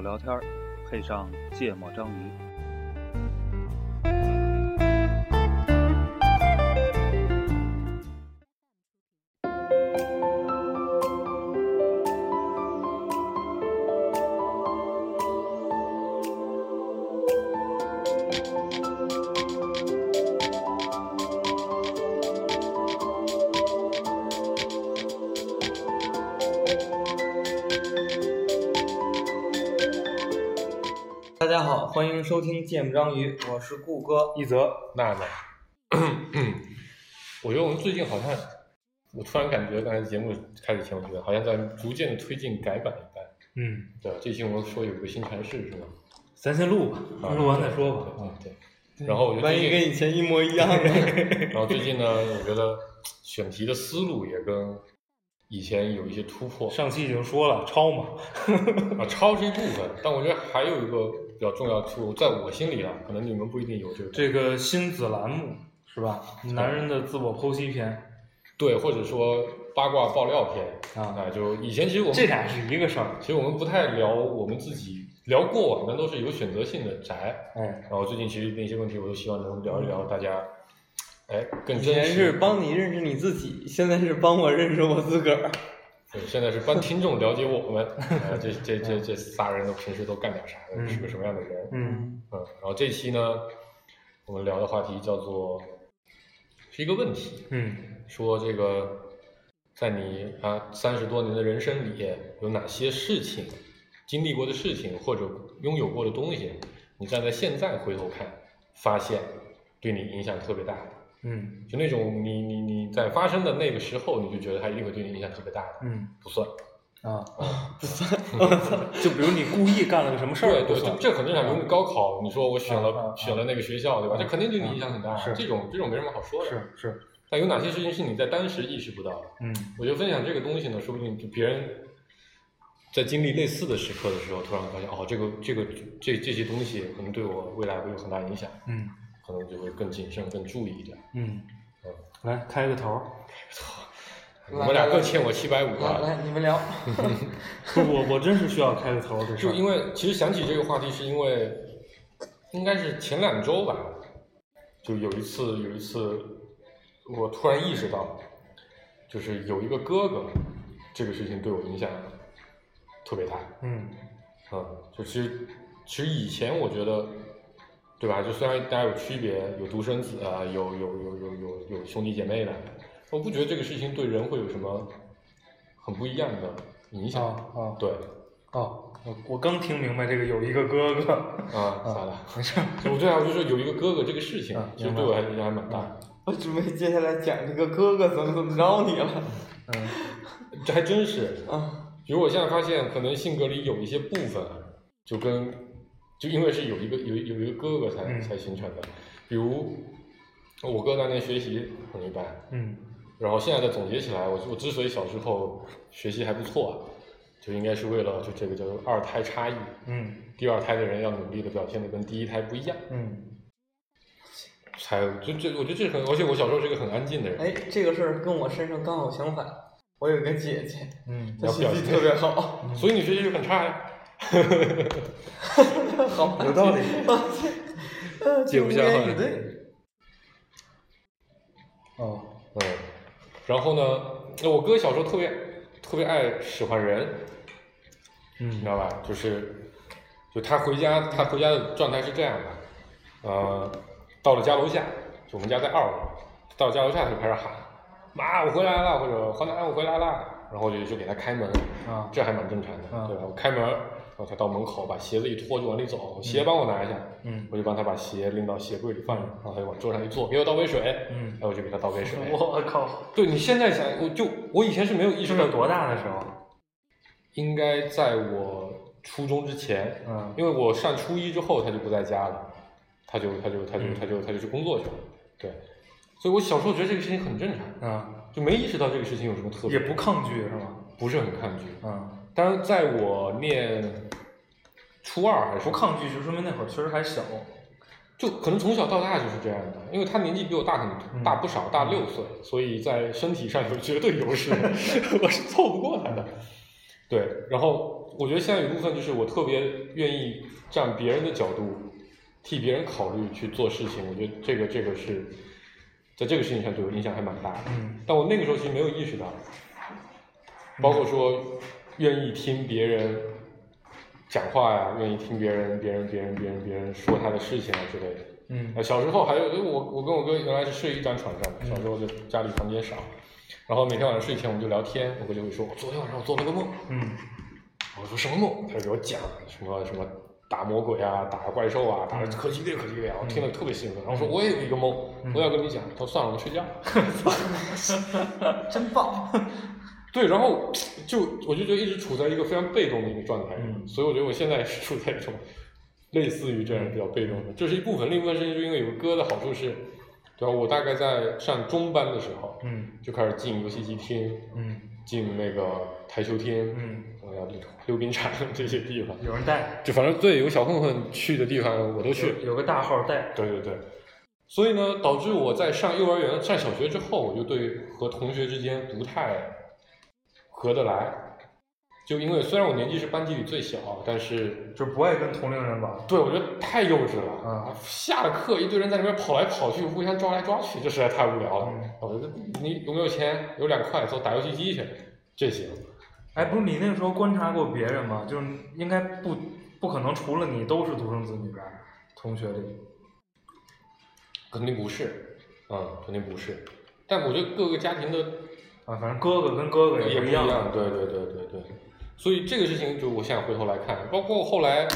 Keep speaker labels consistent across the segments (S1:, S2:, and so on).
S1: 聊天，配上芥末章鱼。
S2: 大家好，欢迎收听《芥末章鱼》，我是顾哥。
S3: 一泽娜娜， 我觉得我们最近好像，我突然感觉刚才节目开始前，我觉得好像在逐渐推进改版一般。
S4: 嗯，
S3: 对吧？这期我们说有一个新尝试是吗？
S4: 咱先录吧，
S3: 啊
S4: 录完再说吧。
S3: 嗯，对。然后我就
S2: 万
S3: 最
S2: 一
S3: 近，
S2: 跟以前一模一样呢？
S3: 然后最近呢，我觉得选题的思路也跟以前有一些突 破。
S4: 上期已经说了，抄嘛，
S3: 啊，抄是一部分，但我觉得还有一个比较重要的突破，在我心里啊，可能你们不一定有这个。
S4: 这个新子栏目是吧？男人的自我剖析篇
S3: 对，或者说八卦爆料片
S4: 啊，
S3: 啊，就以前其实我们
S4: 这俩是一个事儿。
S3: 其实我们不太聊我们自己，聊过往，但都是有选择性的宅。
S4: 哎，
S3: 然后最近其实那些问题，我都希望能聊一聊，大家，哎，更
S2: 以
S3: 真
S2: 前
S3: 实。
S2: 是帮你认识你自己，现在是帮我认识我自个儿。
S3: 对，现在是帮听众了解我 们，啊，这这这这仨人都平时都干点啥，
S4: 嗯
S3: 是个什么样的人？
S4: 嗯，
S3: 嗯，然后这期呢，我们聊的话题叫做是一个问题，
S4: 嗯
S3: 说这个在你啊三十多年的人生里，有哪些事情经历过的事情或者拥有过的东西，你站在现在回头看，发现对你影响特别大的，
S4: 嗯
S3: 就那种你你你在发生的那个时候，你就觉得它一定会对你影响特别大的，
S4: 嗯
S3: 不算。
S4: 啊，就比如你故意干了个什么事
S3: 对
S4: 儿，不
S3: 对，
S4: 算
S3: 这这很正常。比如你高考，你说我选了、
S4: 啊啊啊
S3: 选了那个学校，对吧？这肯定对你影响很大。
S4: 啊是
S3: 这种这种没什么好说的。
S4: 是是，
S3: 但有哪些事情是你在当时意识不到的？
S4: 嗯
S3: 我觉得分享这个东西呢，说不定就别人在经历类似的时刻的时候，突然发现哦，这个这个这这些东西可能对我未来会有很大影响，
S4: 嗯
S3: 可能就会更谨慎、更注意一点。
S4: 嗯，来开个头儿，
S3: 你
S2: 来
S3: 们俩各欠我七百五
S2: 来
S3: 啊！
S2: 来，你们聊。
S4: 不我我真是需要开个头儿，这事
S3: 就
S4: 儿
S3: 因为其实想起这个话题，是因为应该是前两周吧，就有一次有一次，我突然意识到，就是有一个哥哥，这个事情对我影响特别大。
S4: 嗯
S3: 嗯，就其实其实以前我觉得，对吧？就虽然大家有区别，有独生子啊，有有有有有有兄弟姐妹的，我不觉得这个事情对人会有什么很不一样的影
S4: 啊
S3: 响。
S4: 啊
S3: 对，
S4: 哦，我我刚听明白这个有一个哥哥，
S3: 啊，咋了？没事。我对啊， 我就说有一个哥哥这个事情
S4: 啊，
S3: 其实
S4: 明白
S3: 对我还影响还蛮大的。
S2: 我准备接下来讲这个哥哥怎么怎么着你了。
S4: 嗯
S3: 这还真是，
S2: 啊，
S3: 比如我现在发现，可能性格里有一些部分，啊就跟就因为是有一个有有一个哥哥才、
S4: 嗯
S3: 才形成的，比如我哥当年学习很一般，
S4: 嗯
S3: 然后现在再总结起来，我我之所以小时候学习还不错啊，就应该是为了就这个叫做二胎差异，
S4: 嗯
S3: 第二胎的人要努力的表现的跟第一胎不一样，
S4: 嗯
S3: 才就这我觉得这很，而且我小时候是个很安静的人，
S2: 哎，这个事儿跟我身上刚好相反。我有个姐姐，
S4: 嗯
S2: 她学习特别好，
S3: 所以你学习就很差呀、
S2: 好，
S4: 有 道理。
S2: 呃
S3: 姐夫
S2: 就
S3: 下
S2: 应该
S3: 饭
S2: 是对，
S4: 哦。
S3: 嗯，然后呢，我哥小时候特别特别爱使唤人，你知
S4: 嗯
S3: 道吧？就是，就他回家，他回家的状态是这样的，呃，到了家楼下，就我们家在二楼，到了家楼下他就开始喊：“妈，我回来了！”或者“黄奶奶，我回来了！”然后我就就给他开门，
S4: 啊
S3: 这还蛮正常的，
S4: 啊
S3: 对吧？我开门，然后他到门口把鞋子一脱就往里走，鞋帮我拿一下，
S4: 嗯
S3: 我就帮他把鞋拎到鞋柜里放着，然后他就往桌上一坐，给我倒杯水，
S4: 嗯
S3: 然，后我就给他 倒杯水。
S4: 我靠，
S3: 对你现在想，我就我以前是没有意
S4: 这
S3: 识
S4: 是
S3: 到，
S4: 多大的时候？
S3: 应该在我初中之前，
S4: 嗯
S3: 因为我上初一之后他就不在家了，他就他就他就
S4: 嗯
S3: 他就他就去工作去了，对，所以我小时候觉得这个事情很正常，啊
S4: 嗯，
S3: 就没意识到这个事情有什么特别，
S4: 也不抗拒是吗？
S3: 不是很抗拒。
S4: 嗯，
S3: 当然，在我念初二还是
S4: 不抗拒就说明那会儿确实还小。
S3: 就可能从小到大就是这样的，因为他年纪比我大很
S4: 嗯
S3: 大不少，大 六岁，所以在身体上有绝对优势，我是凑不过他的。对，然后我觉得现在有一部分就是我特别愿意站别人的角度，替别人考虑去做事情。我觉得这个这个是在这个事情上对我影响还蛮大的。
S4: 嗯
S3: 但我那个时候其实没有意识到，包括说愿意听别人讲话呀，愿意听别人别人别人别人别人说他的事情啊之类的。
S4: 嗯
S3: 呃，小时候还有，因为我我跟我哥原来是睡一张床上的，小时候就家里房间少，然后每天晚上睡前我们就聊天，我哥就会说，我昨天晚上我做了个梦，
S4: 嗯
S3: 我说什么梦？他就给我讲什么什么打魔鬼啊，打怪兽啊，打的可激烈可激烈啊，我听了特别兴奋，然后说我也有一个梦，我要跟你讲，他说算了，我们睡觉。
S2: 真棒！
S3: 对，然后就我就觉得一直处在一个非常被动的一个状态，
S4: 嗯
S3: 所以我觉得我现在是处在一种类似于这样比较被动的，这是一部分。另一部分是因为有歌的好处是，对吧？我大概在上中班的时候
S4: 嗯
S3: 就开始进游戏机厅，
S4: 嗯
S3: 进那个台球厅，
S4: 嗯，
S3: 我要溜溜冰场 这些地方，
S4: 有人带，
S3: 就反正对有小混混去的地方我都去。
S4: 有有个大号带，
S3: 对对对，所以呢，导致我在上幼儿园、上小学之后，我就对和同学之间不太合得来。就因为虽然我年纪是班级里最小，但是
S4: 就不爱跟同龄人玩。
S3: 对我觉得太幼稚了
S4: 啊！
S3: 下了课一堆人在那边跑来跑去，互相抓来抓去，这实在太无聊了。
S4: 嗯
S3: 我觉得你有没有钱？有两块，走打游戏机去，这行。
S4: 哎，不是你那个时候观察过别人吗？就是应该不不可能除了你都是独生子女吧？同学里，
S3: 肯定不是，嗯，肯定不是。但我觉得各个家庭的
S4: 啊，反正哥哥跟哥哥
S3: 也
S4: 不
S3: 不
S4: 一
S3: 一
S4: 样。
S3: 样，对对对对对。所以这个事情，就我现在回头来看，包括后来，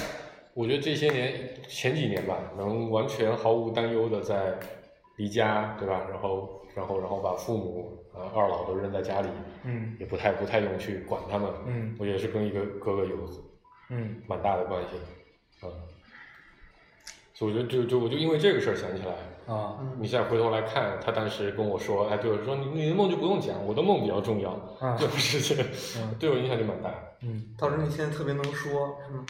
S3: 我觉得这些年前几年吧，能完全毫无担忧的在离家，对吧？然后然后然后把父母啊、呃二老都扔在家里，
S4: 嗯
S3: 也不太不太用去管他们。
S4: 嗯
S3: 我也是跟一个哥哥有
S4: 嗯
S3: 蛮大的关系的，嗯。所以我就就就我就因为这个事儿想起来，
S4: 啊
S3: 你现在回头来看，他当时跟我说，哎，对我说你你的梦就不用讲，我的梦比较重要。
S4: 啊
S3: 这种事情
S4: 嗯
S3: 对我影响就蛮大。
S4: 嗯
S2: 导致你现在特别能说，嗯是吗？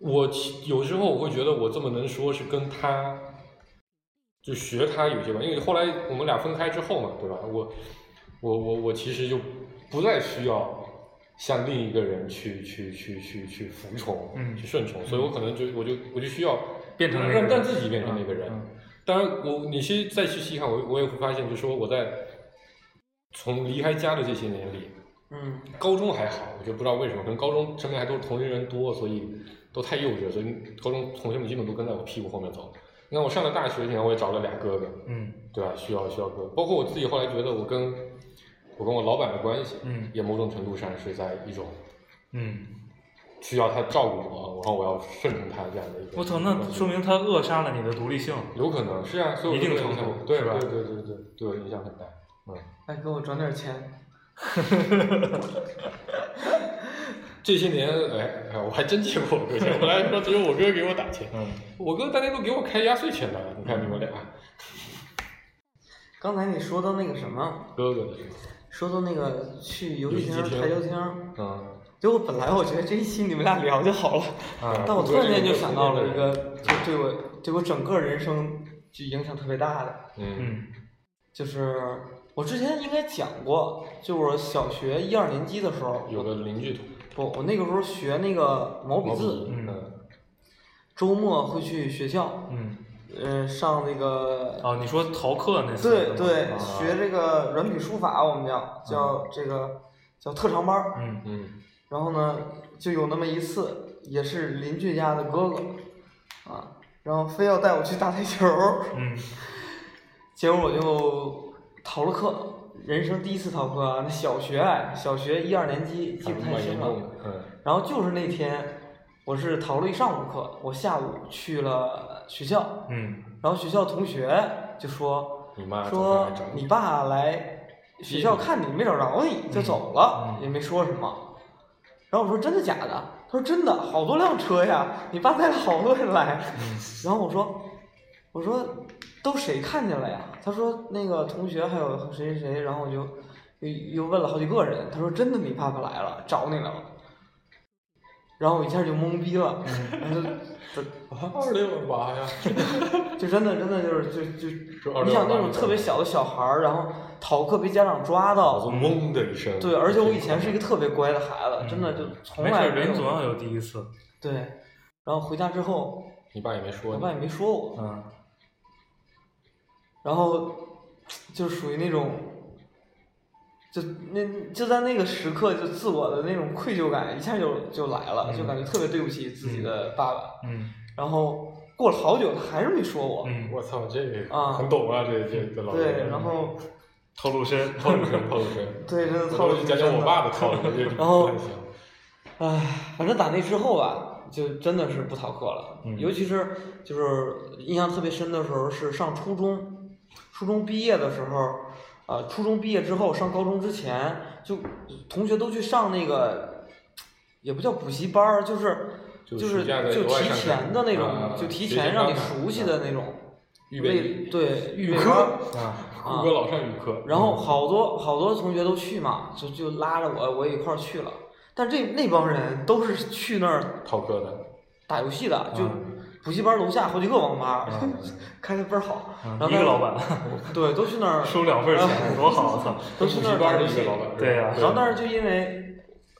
S3: 我其有时候我会觉得我这么能说，是跟他就学他有些关系，因为后来我们俩分开之后嘛，对吧？我我我我其实就不再需要向另一个人去去去去去服从，
S4: 嗯
S3: 去顺从，所以我可能就我就我就需要
S4: 变成那个
S3: 让
S4: 人
S3: 让自己变成那个人。
S4: 嗯
S3: 当然我，你其实再去细看，我我也会发现，就是说我在从离开家的这些年里，
S2: 嗯，
S3: 高中还好，我就不知道为什么，可能高中身边还都是同龄人多，所以都太幼稚，所以高中同学们基本都跟在我屁股后面走。那我上了大学，你看我也找了俩哥哥，
S4: 嗯
S3: 对吧？需要需要哥，包括我自己后来觉得我跟我跟我老板的关系，
S4: 嗯
S3: 也某种程度上是在一种
S4: 嗯，
S3: 需要他照顾我，然后我要顺从他这样的一个。
S4: 我操，那说明他扼杀了你的独立性。
S3: 有可能是啊，所以我
S4: 一定
S3: 对我影
S4: 程
S3: 响
S4: 度
S3: 对
S4: 是吧
S3: 对对对对，对我影响很大。嗯，
S2: 哎，给我转点钱。
S3: 这些年哎，哎我还真借过我哥钱，我来说只有我哥给我打钱。
S4: 嗯
S3: 我哥大家都给我开压岁钱了，你看你们俩
S2: 刚才你说到那个什么，
S3: 哥哥的是吧？
S2: 说到那个去游戏厅、
S3: 游戏厅
S2: 台球厅，
S3: 嗯，
S2: 就我本来我觉得这一期你们俩聊就好了，
S4: 啊
S2: 但我突然间就想到了一个，就对我对我整个人生就影响特别大的，
S3: 嗯
S4: 嗯
S2: 就是我之前应该讲过，就我小学一二年级的时候，
S3: 有个邻居
S2: 不，我那个时候学那个毛笔
S3: 毛
S2: 字，
S3: 嗯
S2: 周末会去学校，
S4: 嗯，
S2: 呃，上那个
S4: 哦，你说逃课那次
S2: 对
S4: 吗
S2: 对，
S4: 啊
S2: 学这个软笔书法，我们叫叫这个叫特长班儿。
S4: 嗯
S3: 嗯
S2: 然后呢，就有那么一次，也是邻居家的哥哥，啊，然后非要带我去打台球儿，
S4: 嗯
S2: 结果我就逃了课，人生第一次逃课啊！那小学哎，小学一二年级记不太
S3: 蛮
S2: 清
S3: 严
S2: 了
S3: 重。的，嗯
S2: 然后就是那天，我是逃了一上午课，我下午去了学校，
S4: 嗯
S2: 然后学校同学就说。
S3: 你妈
S2: 说
S3: 早上来找
S2: 你爸来学校看你没找着你就走
S3: 嗯
S2: 了，也没说什么。然后我说真的假的？他说真的，好多辆车呀，你爸带了好多人来。
S3: 嗯
S2: 然后我说我说都谁看见了呀？他说那个同学还有谁谁谁，然后我就又又问了好几个人，他说真的你
S3: 嗯
S2: 爸爸来了，找你来了。然后我一下就懵逼了，然后就
S3: 二六了吧？好像
S2: 就真的真的就是就就
S3: 就二六。
S2: 你想那种特别小的小孩儿，然后逃课被家长抓
S3: 脑子
S2: 到，
S3: 嗡的一声。
S2: 对，而且我以前是一
S3: 嗯
S2: 个特别乖的孩子，真的就从
S4: 没事
S2: 来
S4: 儿，
S2: 没
S4: 人总
S2: 有
S4: 要有第一次。
S2: 对。然后回家之后，
S3: 你爸也没说
S2: 我
S3: 你。
S2: 爸也没说我，
S4: 嗯
S2: 然后就属于那种，就那就在那个时刻，就自我的那种愧疚感一下就就来了，就
S3: 嗯
S2: 感觉特别对不起自己的爸爸。
S4: 嗯
S2: 然后过了好久，他还是没说我。
S4: 嗯，
S3: 我操，这个
S2: 啊
S3: 很懂啊，这这这老人。
S2: 对，然后
S4: 透露深，
S3: 套路深，套路 深。
S2: 对，真的
S3: 我
S2: 套
S3: 都
S2: 路
S3: 讲讲我爸的套路，这
S2: 然后
S3: 不太行。
S2: 唉，反正打那之后吧，就真的是不逃课了。
S4: 嗯
S2: 尤其是就是印象特别深的时候是上初中，初中毕业的时候，呃，初中毕业之后上高中之前，就同学都去上那个，也不叫补习班儿，就是
S3: 就
S2: 就是
S3: 暑假的
S2: 就
S3: 额外
S2: 提
S3: 上课
S2: 前的那种，
S3: 啊
S2: 就提
S3: 学习
S2: 前让你
S3: 班嘛
S2: 熟悉的那种
S3: 预备
S2: 为对预备
S3: 科
S2: 班儿
S4: 啊，
S2: 啊
S3: 胡歌老上语课。
S2: 然后好多好多同学都去嘛，就就拉着我，我也一块儿去了。但这那帮人都是去那儿
S3: 套哥的，
S2: 打游戏的，就
S4: 嗯
S2: 补习班楼下好几个网吧，
S4: 嗯
S2: 开的倍儿好。
S4: 嗯
S2: 然后
S4: 一个
S2: 大家
S4: 老板
S2: 对，都去那儿，
S4: 收两份儿钱，多好！我啊操，
S2: 都去那儿
S3: 班
S2: 打
S3: 的
S2: 游
S3: 一个。
S2: 戏
S3: 老板。
S4: 对呀
S2: 然后但是就因为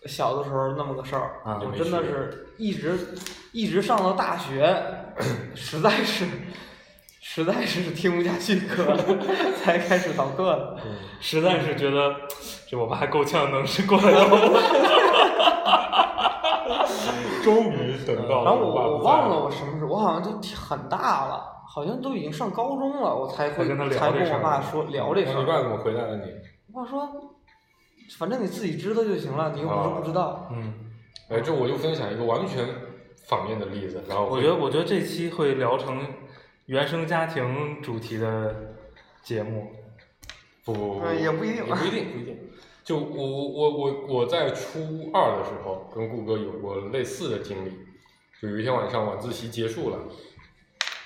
S2: 小的时候那么个事儿，
S4: 啊
S2: 就
S3: 没
S2: 真的
S3: 去
S2: 是一直一直上到大学， 实在是实在是听不下去课 了，才开始逃课的。
S4: 实在是觉得这我爸还够呛能是过 来让我
S3: 终于等到
S2: 然后
S3: 爸
S2: 我我
S3: 不在
S2: 忘了我什么时候，我好像都挺很大了，好像都已经上高中了，我才
S4: 才
S2: 会
S4: 跟他聊
S2: 才
S4: 这
S2: 跟
S4: 事
S2: 我
S4: 儿
S2: 爸说聊这事
S3: 那你爸
S2: 儿。
S3: 怎么回答的你？
S2: 我爸说，反正你自己知道就行了，你又不是不知道。
S4: 嗯，
S3: 哎，这我就分享一个完全反面的例子，然后
S4: 我觉得我觉得这期会聊成原生家庭主题的节目，
S3: 不不不不，
S2: 嗯对也不一定
S3: 也不一定，不一 定。就我我我我在初二的时候，跟顾哥有过类似的经历。就有一天晚上晚自习结束了，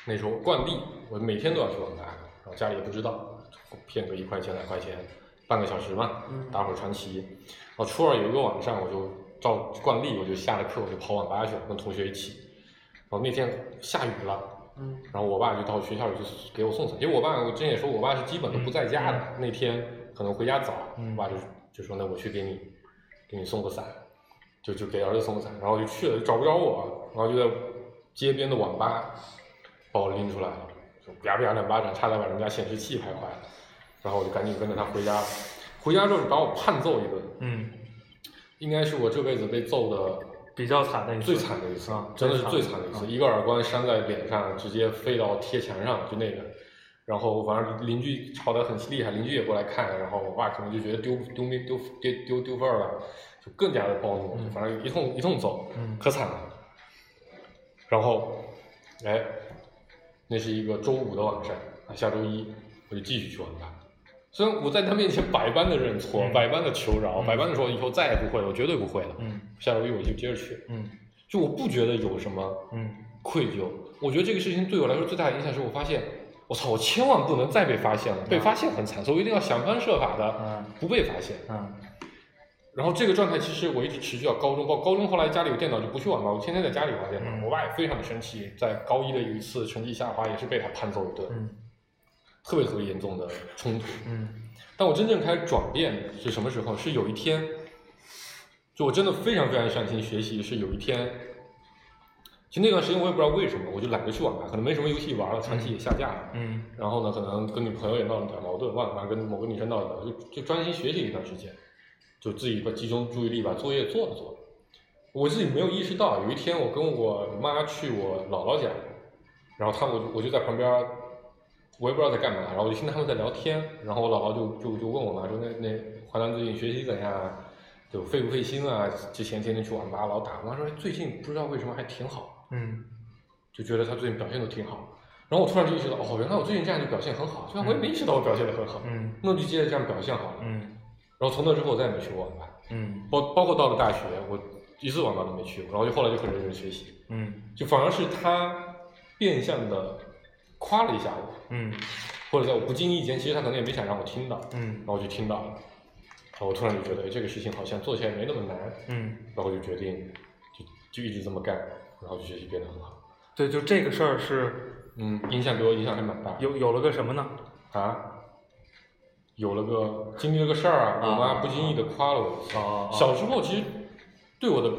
S3: 那时候惯例我每天都要去网吧，然后家里也不知道，骗个一块钱两块钱，半个小时嘛
S2: 嗯，
S3: 打会儿传奇。然后初二有一个晚上，我就照惯例，我就下了课我就跑网吧去了，跟同学一起。然后那天下雨了，
S2: 嗯
S3: 然后我爸就到学校里去给我送伞，因为我爸我之前也说，我爸是基本都不在家的。那天可能回家早，
S4: 嗯
S3: 我爸就就说那我去给你给你送个伞，就就给儿子送个伞，然后就去了，就找不着我，然后就在街边的网吧把我拎出来了，就啪啪两巴掌，差点把人家显示器拍坏了。然后我就赶紧跟着他回家了，回家之后就把我胖揍一顿，
S4: 嗯，
S3: 应该是我这辈子被揍的
S4: 比较惨的一次，
S3: 最惨的一次
S4: 啊，
S3: 真的是最惨的一次，
S4: 啊
S3: 一个耳光扇在脸上，直接飞到贴墙上，就那个。然后反正邻居吵得很厉害，邻居也过来看，然后我爸可能就觉得丢丢面丢丢丢丢份儿了，就更加的暴怒，
S4: 嗯
S3: 反正一通一通揍，
S4: 嗯
S3: 可惨了。然后，哎，那是一个周五的晚上，啊，下周一我就继续去网吧。虽然我在他面前百般的认错，
S4: 嗯
S3: 百般的求饶，
S4: 嗯
S3: 百般的说以后再也不会了，我绝对不会了。
S4: 嗯
S3: 下周一我就接着去。
S4: 嗯
S3: 就我不觉得有什么
S4: 嗯
S3: 愧疚。我觉得这个事情对我来说最大的影响是我发现，我操，我千万不能再被发现了，被发现很惨，所以我一定要想方设法的
S4: 嗯
S3: 不被发现。
S4: 嗯
S3: 然后这个状态其实我一直持续到高中，包括高中后来家里有电脑就不去玩了，我天天在家里玩电脑。
S4: 嗯
S3: 我爸也非常的生气，在高一的有一次成绩下滑，也是被他判揍一顿，
S4: 嗯
S3: 特别特别严重的冲突。
S4: 嗯
S3: 但我真正开始转变是什么时候？是有一天，就我真的非常非常上心学习，是有一天，就那段时间我也不知道为什么，我就懒得去网吧，可能没什么游戏玩了，传奇也下架了，
S4: 嗯
S3: 然后呢，可能跟女朋友也闹了点矛盾，忘了，反正跟某个女生闹了点，就就专心学习一段时间，就自己把集中注意力把作业做了做了。我自己没有意识到，有一天我跟我妈去我姥姥家，然后他们我就我就在旁边，我也不知道在干嘛，然后我就听他们在聊天，然后我姥姥就就就问我妈说那那淮南最近学习怎样啊？就费不费心啊？之前天天去网吧老打，我妈说哎最近不知道为什么还挺好。
S4: 嗯
S3: 就觉得他最近表现都挺好。然后我突然就意识到，哦，原来我最近这样就表现很好，啊虽然我也没意识到我表现的很好，
S4: 嗯
S3: 那我就接着这样表现好了。
S4: 嗯
S3: 然后从那之后我再也没去过网吧，
S4: 嗯
S3: 包包括到了大学，我一次网吧都没去过。然后就后来就很认真学习，
S4: 嗯
S3: 就反而是他变相的夸了一下我，
S4: 嗯
S3: 或者在我不经意间，其实他可能也没想让我听到，
S4: 嗯
S3: 然后我就听到了，然后我突然就觉得哎这个事情好像做起来没那么难，
S4: 嗯
S3: 然后就决定就就一直这么干，然后就学习变得很好。
S4: 对，就这个事儿是
S3: 嗯，影响对我影响还蛮大。
S4: 有有了个什么呢？
S3: 啊，有了个经历了个事儿啊，我啊妈不经意的夸了我一下。
S4: 哦
S3: 小时候其实对我的，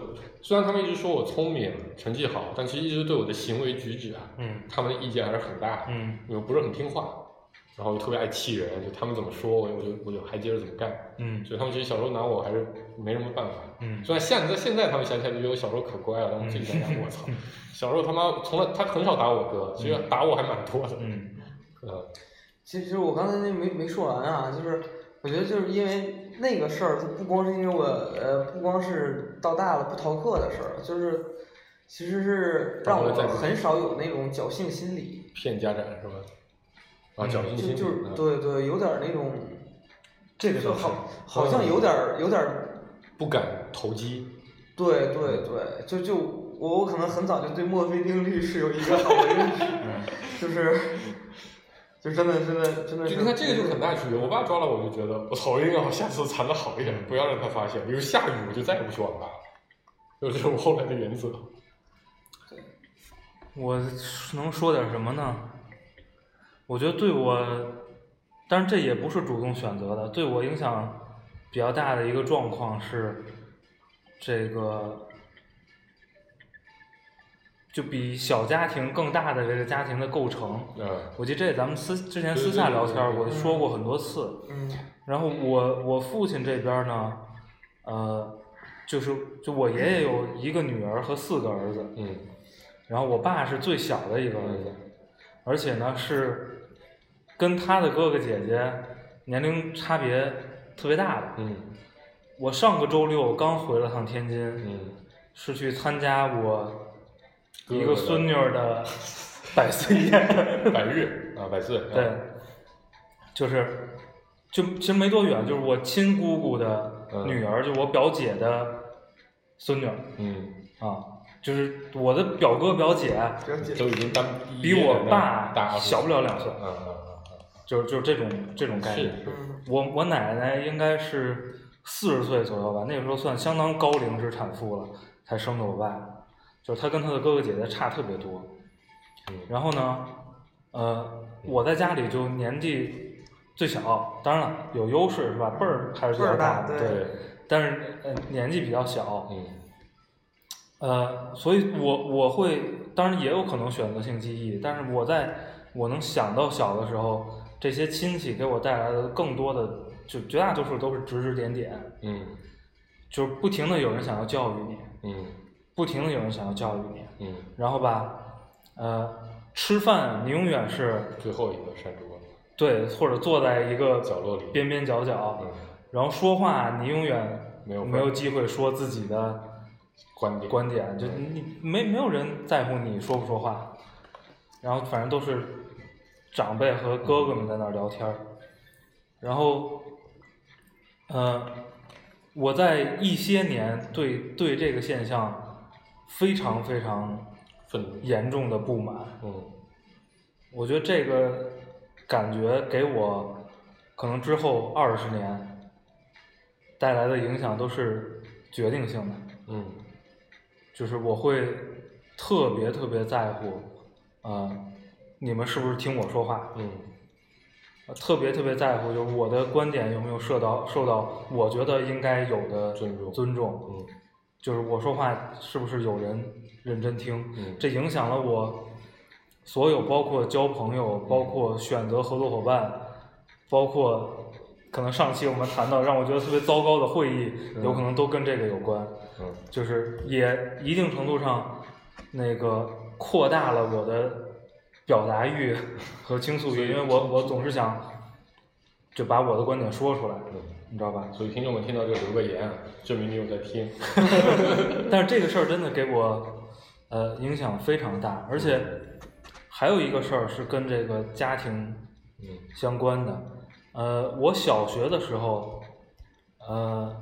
S3: 虽然他们一直说我聪明、成绩好，但其实一直对我的行为举止啊，
S4: 嗯
S3: 他们的意见还是很大的。
S4: 嗯
S3: 我不是很听话，然后又特别爱气人，就他们怎么说，我我就我就还接着怎么干。
S4: 嗯
S3: 所以他们其实小时候拿我还是没什么办法。
S4: 嗯
S3: 虽然现在现在他们想起来就觉得我小时候可乖了，但我自己想想，我操，小时候他妈从来他很少打我哥，其实打我还蛮多的。
S4: 嗯
S3: 呃，
S2: 其实我刚才那没没说完啊，就是我觉得就是因为那个事儿，就不光是因为我呃，不光是到大了不逃课的事儿，就是其实是让我很少有那种侥幸心理，
S3: 骗家长是吧？啊，
S4: 嗯
S3: 侥幸心
S2: 就
S3: 理。
S2: 就是
S3: 嗯
S2: 对对，有点儿那种，
S4: 这个
S2: 就
S4: 倒是
S2: 好好像有点儿有点儿，
S3: 不敢投机，
S2: 对对对，就就我我可能很早就对墨菲定律是有一个好的认识，
S4: 嗯
S2: 就是就真的真的真的，
S3: 就是你看这个就很大区别。我爸抓了我就觉得我操，我应该我下次藏的好一点，不要让他发现。比如下雨我就再也不去网吧了，这就是我后来的原则。
S4: 我能说点什么呢？我觉得对我，但是这也不是主动选择的，对我影响比较大的一个状况是，这个就比小家庭更大的这个家庭的构成。
S3: 嗯
S4: 我记得这咱们私之前私下聊天儿我说过很多次。
S2: 嗯
S4: 然后我我父亲这边儿呢，呃，就是就我爷爷有一个女儿和四个儿子，
S3: 嗯
S4: 然后我爸是最小的一个儿子，而且呢是跟他的哥哥姐姐年龄差别特别大的。
S3: 嗯
S4: 我上个周六刚回了趟天津，
S3: 嗯，
S4: 是去参加我
S3: 哥
S4: 一
S3: 哥
S4: 个
S3: 的
S4: 孙女儿的百岁宴。
S3: 百日啊，百岁。啊
S4: 对，，就是就其实没多远，就是我亲姑姑的女儿，就是我表姐的孙女儿
S3: 嗯，
S4: 啊，就是我的表哥表姐
S2: 比较解
S3: 都已经当
S4: 比我爸
S3: 大
S4: 小不了两岁
S3: 嗯，嗯
S4: 就是就是这种这种
S3: 嗯，
S4: 概念。
S3: 是是，
S2: 嗯
S4: 我我奶奶应该是四十岁左右吧，那个时候算相当高龄之产妇了，才生的我爸，就是她跟她的哥哥姐姐差特别多。
S3: 嗯
S4: 然后呢，呃，我在家里就年纪最小，当然了有优势是吧？辈儿还是比
S2: 辈
S4: 较
S2: 儿大
S4: 的
S2: 对
S4: 对
S3: 对，
S4: 但是呃年纪比较小，
S3: 嗯
S4: 呃，所以我我会当然也有可能选择性记忆，但是我在我能想到小的时候，这些亲戚给我带来的更多的就绝大多数都是指指点点，
S3: 嗯
S4: 就是不停的有人想要教育你，
S3: 嗯
S4: 不停的有人想要教育你，
S3: 嗯，
S4: 然后吧，呃，吃饭你永远是。
S3: 最后一个山猪
S4: 对，或者坐在一个
S3: 角落里
S4: 边边角角，
S3: 嗯，
S4: 然后说话，你永远
S3: 没有
S4: 没有机会说自己的
S3: 观点
S4: 观点，就你没没有人在乎你说不说话，然后反正都是长辈和哥哥们在那儿聊天儿，然后，呃，我在一些年对对这个现象非常非常
S3: 愤怒，
S4: 严重的不满，
S3: 嗯
S4: 我觉得这个感觉给我可能之后二十年带来的影响都是决定性的，
S3: 嗯
S4: 就是我会特别特别在乎，呃，你们是不是听我说话，
S3: 嗯
S4: 呃特别特别在乎，就是我的观点有没有受到受到我觉得应该有的
S3: 尊重
S4: 尊重，
S3: 嗯
S4: 就是我说话是不是有人认真听，
S3: 嗯
S4: 这影响了我所有，包括交朋友，包括选择合作伙伴，包括可能上期我们谈到让我觉得特别糟糕的会议，
S3: 嗯
S4: 有可能都跟这个有关，
S3: 嗯
S4: 就是也一定程度上那个扩大了我的表达欲和倾诉欲，因为我我总是想就把我的观点说出来，
S3: 嗯。
S4: 你知道吧？
S3: 所以听众们听到这留个言，啊，证明你有在听。
S4: 但是这个事儿真的给我呃影响非常大，而且还有一个事儿是跟这个家庭
S3: 嗯
S4: 相关的。呃，我小学的时候，呃，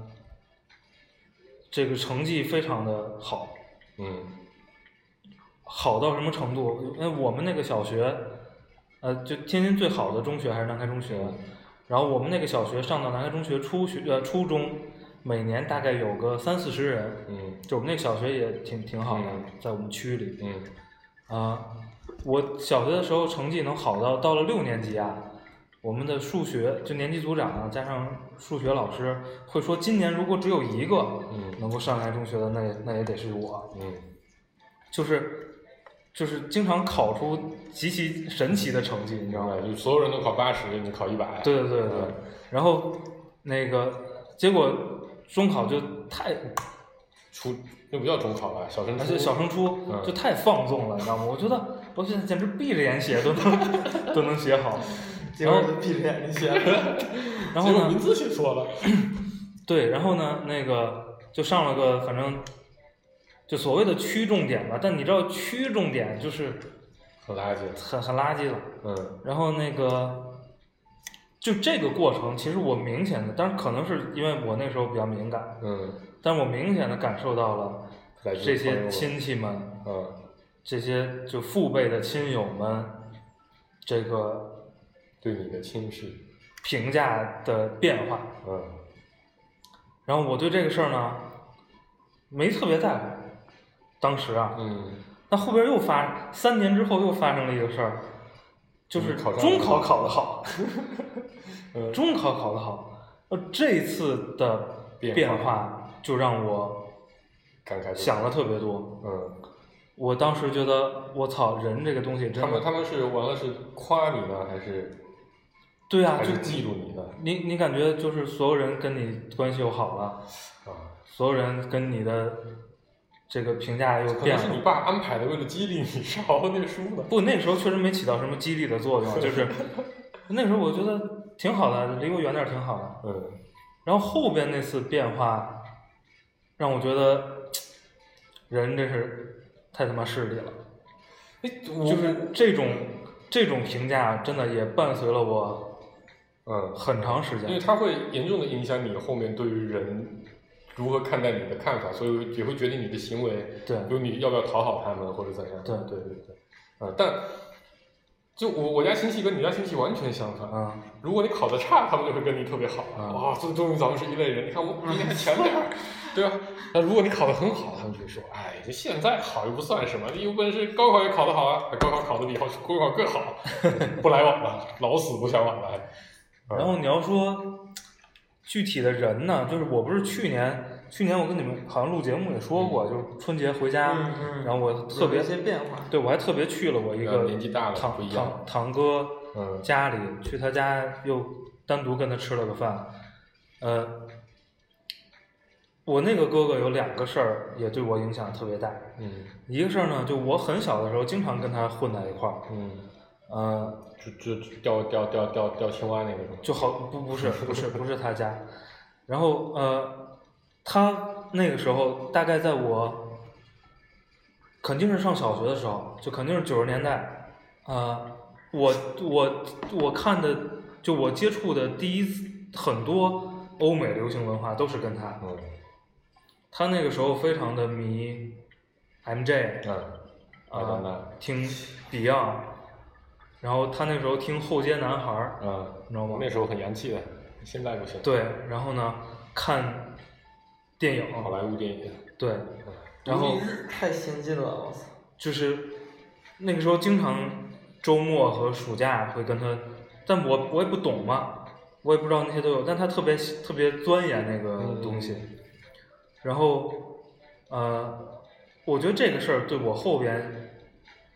S4: 这个成绩非常的好，
S3: 嗯
S4: 好到什么程度？因为我们那个小学，呃，就天津最好的中学还是南开中学，然后我们那个小学上到南开中学初学呃初中，每年大概有个三四十人，
S3: 嗯
S4: 就我们那个小学也挺挺好的
S3: 嗯，
S4: 在我们区里。
S3: 嗯
S4: 啊、我小学的时候成绩能好到到了六年级啊，我们的数学就年级组长啊加上数学老师会说，今年如果只有一个
S3: 嗯
S4: 能够上来中学的，那也那也得是我，
S3: 嗯
S4: 就是就是经常考出极其神奇的成绩，你
S3: 你
S4: 知
S3: 知
S4: 道
S3: 道
S4: 吗
S3: 吧？？就所有人都考八十，你考一百。
S4: 对对对对，
S3: 嗯
S4: 然后那个结果中考就太
S3: 初那不叫中考吧？小升
S4: 而
S3: 初。
S4: 且小升初
S3: 嗯
S4: 就太放纵了，你知道吗？我觉得我现在简直闭着眼写都能 都能写好。
S2: 结果就闭着眼睛写了。
S4: 然
S3: 结
S4: 后
S3: 果
S4: 呢
S3: 名，字写错了。
S4: 对，然后呢，那个就上了个反正就所谓的区重点吧，但你知道区重点就是
S3: 很垃圾。
S4: 很很垃圾了。
S3: 嗯
S4: 然后那个就这个过程，其实我明显的，当然可能是因为我那时候比较敏感，
S3: 嗯，
S4: 但我明显的感受到了
S3: 来自
S4: 这
S3: 朋友
S4: 些
S3: 们
S4: 亲戚们
S3: 嗯，
S4: 这些就父辈的亲友们，这个
S3: 对你的轻视。
S4: 评价的变化。
S3: 嗯
S4: 然后我对这个事儿呢，没特别在乎。当时啊，
S3: 嗯
S4: 那后边又发三年之后又发生了一个事儿，就是
S3: 嗯考上
S4: 中考考得好，
S3: 嗯
S4: 中考考得好。呃，这次的
S3: 变
S4: 变
S3: 化
S4: 化就让我
S3: 感慨不已
S4: 想了特别多。
S3: 嗯，
S4: 我当时觉得，我操，人这个东西真
S3: 他们
S4: 的，
S3: 他们是完了是夸你呢，还是
S4: 对啊，
S3: 还
S4: 就是
S3: 嫉妒你呢？
S4: 你你感觉就是所有人跟你关系又好了，
S3: 啊，
S4: 所有人跟你的这个评价又
S3: 可
S4: 变
S3: 能是你
S4: 了。
S3: 爸安排的，为了激励你抄那书呢。
S4: 不，那个时候确实没起到什么激励的作用，就是那时候我觉得挺好的，离我远点儿挺好的。
S3: 嗯
S4: 然后后边那次变化，让我觉得人真是太他妈势利了。，
S3: 哎，
S4: 就
S3: 就是
S4: 这种这种评价，真的也伴随了我
S3: 嗯，
S4: 很长时
S3: 因为
S4: 间。
S3: 它会严重的影响你后面对于人如何看待你的看法，所以也会决定你的行为，
S4: 对
S3: 比如你要不要讨好他们或者怎样。
S4: 对
S3: 对对对，啊、但就我我家亲戚跟你家亲戚完全相反。
S4: 啊、
S3: 如果你考得差，他们就会跟你特别好。
S4: 嗯
S3: 哇，终终于咱们是一类人，你看我比你还强点儿，对吧？那如果你考得很好，他们就会说，哎，这现在好又不算什么，你有本事高考也考得好啊，高考考得比好高考更好， 不来往了，老死不相往来。嗯
S4: 然后你要说具体的人呢，就是我不是去年，去年我跟你们好像录节目也说过，就是春节回家，
S2: 嗯嗯
S4: 然后 我特
S2: 有
S4: 别
S2: 一，些变化。
S4: 对我还特别去了我一
S3: 呃
S4: 个
S3: 年纪大了
S4: 堂
S3: 不一样
S4: 堂堂哥
S3: 嗯
S4: 家里，去他家又单独跟他吃了个饭，呃。我那个哥哥有两个事儿也对我影响特别大，
S3: 嗯
S4: 一个事儿呢，就我很小的时候经常跟他混在一块儿，
S3: 嗯，
S4: 呃，
S3: 就就就钓钓钓钓钓青蛙那个是吗？
S4: 就好不不是不是不是他家，然后呃，他那个时候大概在我肯定是上小学的时候，就肯定是九十年代，呃，我我我看的就我接触的第一次很多欧美流行文化都是跟他，
S3: 嗯
S4: 他那个时候非常的迷 MJ
S3: 嗯，麦当娜
S4: 啊，听 Beyond，然后他那时候听后街男孩儿，
S3: 嗯，
S4: 你知道吗？
S3: 那时候很洋气的，现在不行。，
S4: 对，然后呢，看电影，
S3: 好莱坞电影。
S4: 对，然后
S2: 太先进了，我操！
S4: 就是那个时候经常周末和暑假会跟他，但我我也不懂嘛，我也不知道那些都有，但他特别特别钻研那个东西，然后呃，我觉得这个事儿对我后边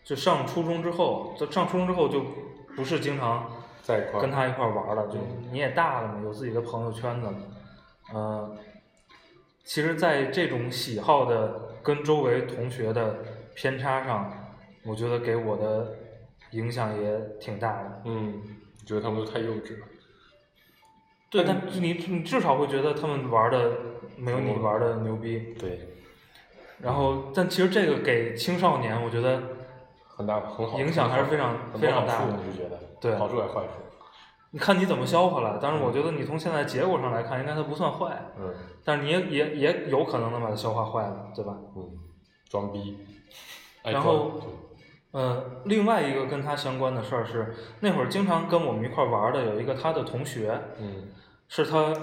S4: 就上初中之后，就上初中之后就不是经常
S3: 在一块儿
S4: 跟他一块儿玩儿了，就你也大了嘛，有自己的朋友圈子了，呃，其实，在这种喜好的跟周围同学的偏差上，我觉得给我的影响也挺大的。
S3: 嗯，我觉得他们都太幼稚了。
S4: 对，但你你至少会觉得他们玩儿的没有你玩儿的牛逼。
S3: 对，
S4: 然后，但其实这个给青少年，我觉得
S3: 很大很好，
S4: 影响还是非常
S3: 很
S4: 非
S3: 多
S4: 常
S3: 好
S4: 大
S3: 处
S4: 的
S3: 的，。你就觉得
S4: 对
S3: 好处还是坏处？
S4: 你看你怎么消化了。但是我觉得你从现在结果上来看，应该它不算坏，
S3: 嗯
S4: 但是你也也也有可能能把它消化坏了，对吧？
S3: 嗯，装逼，爱
S4: 然
S3: 装
S4: 后
S3: 对，
S4: 呃，另外一个跟他相关的事儿是，那会儿经常跟我们一块儿玩儿的有一个他的同学，
S3: 嗯
S4: 是他，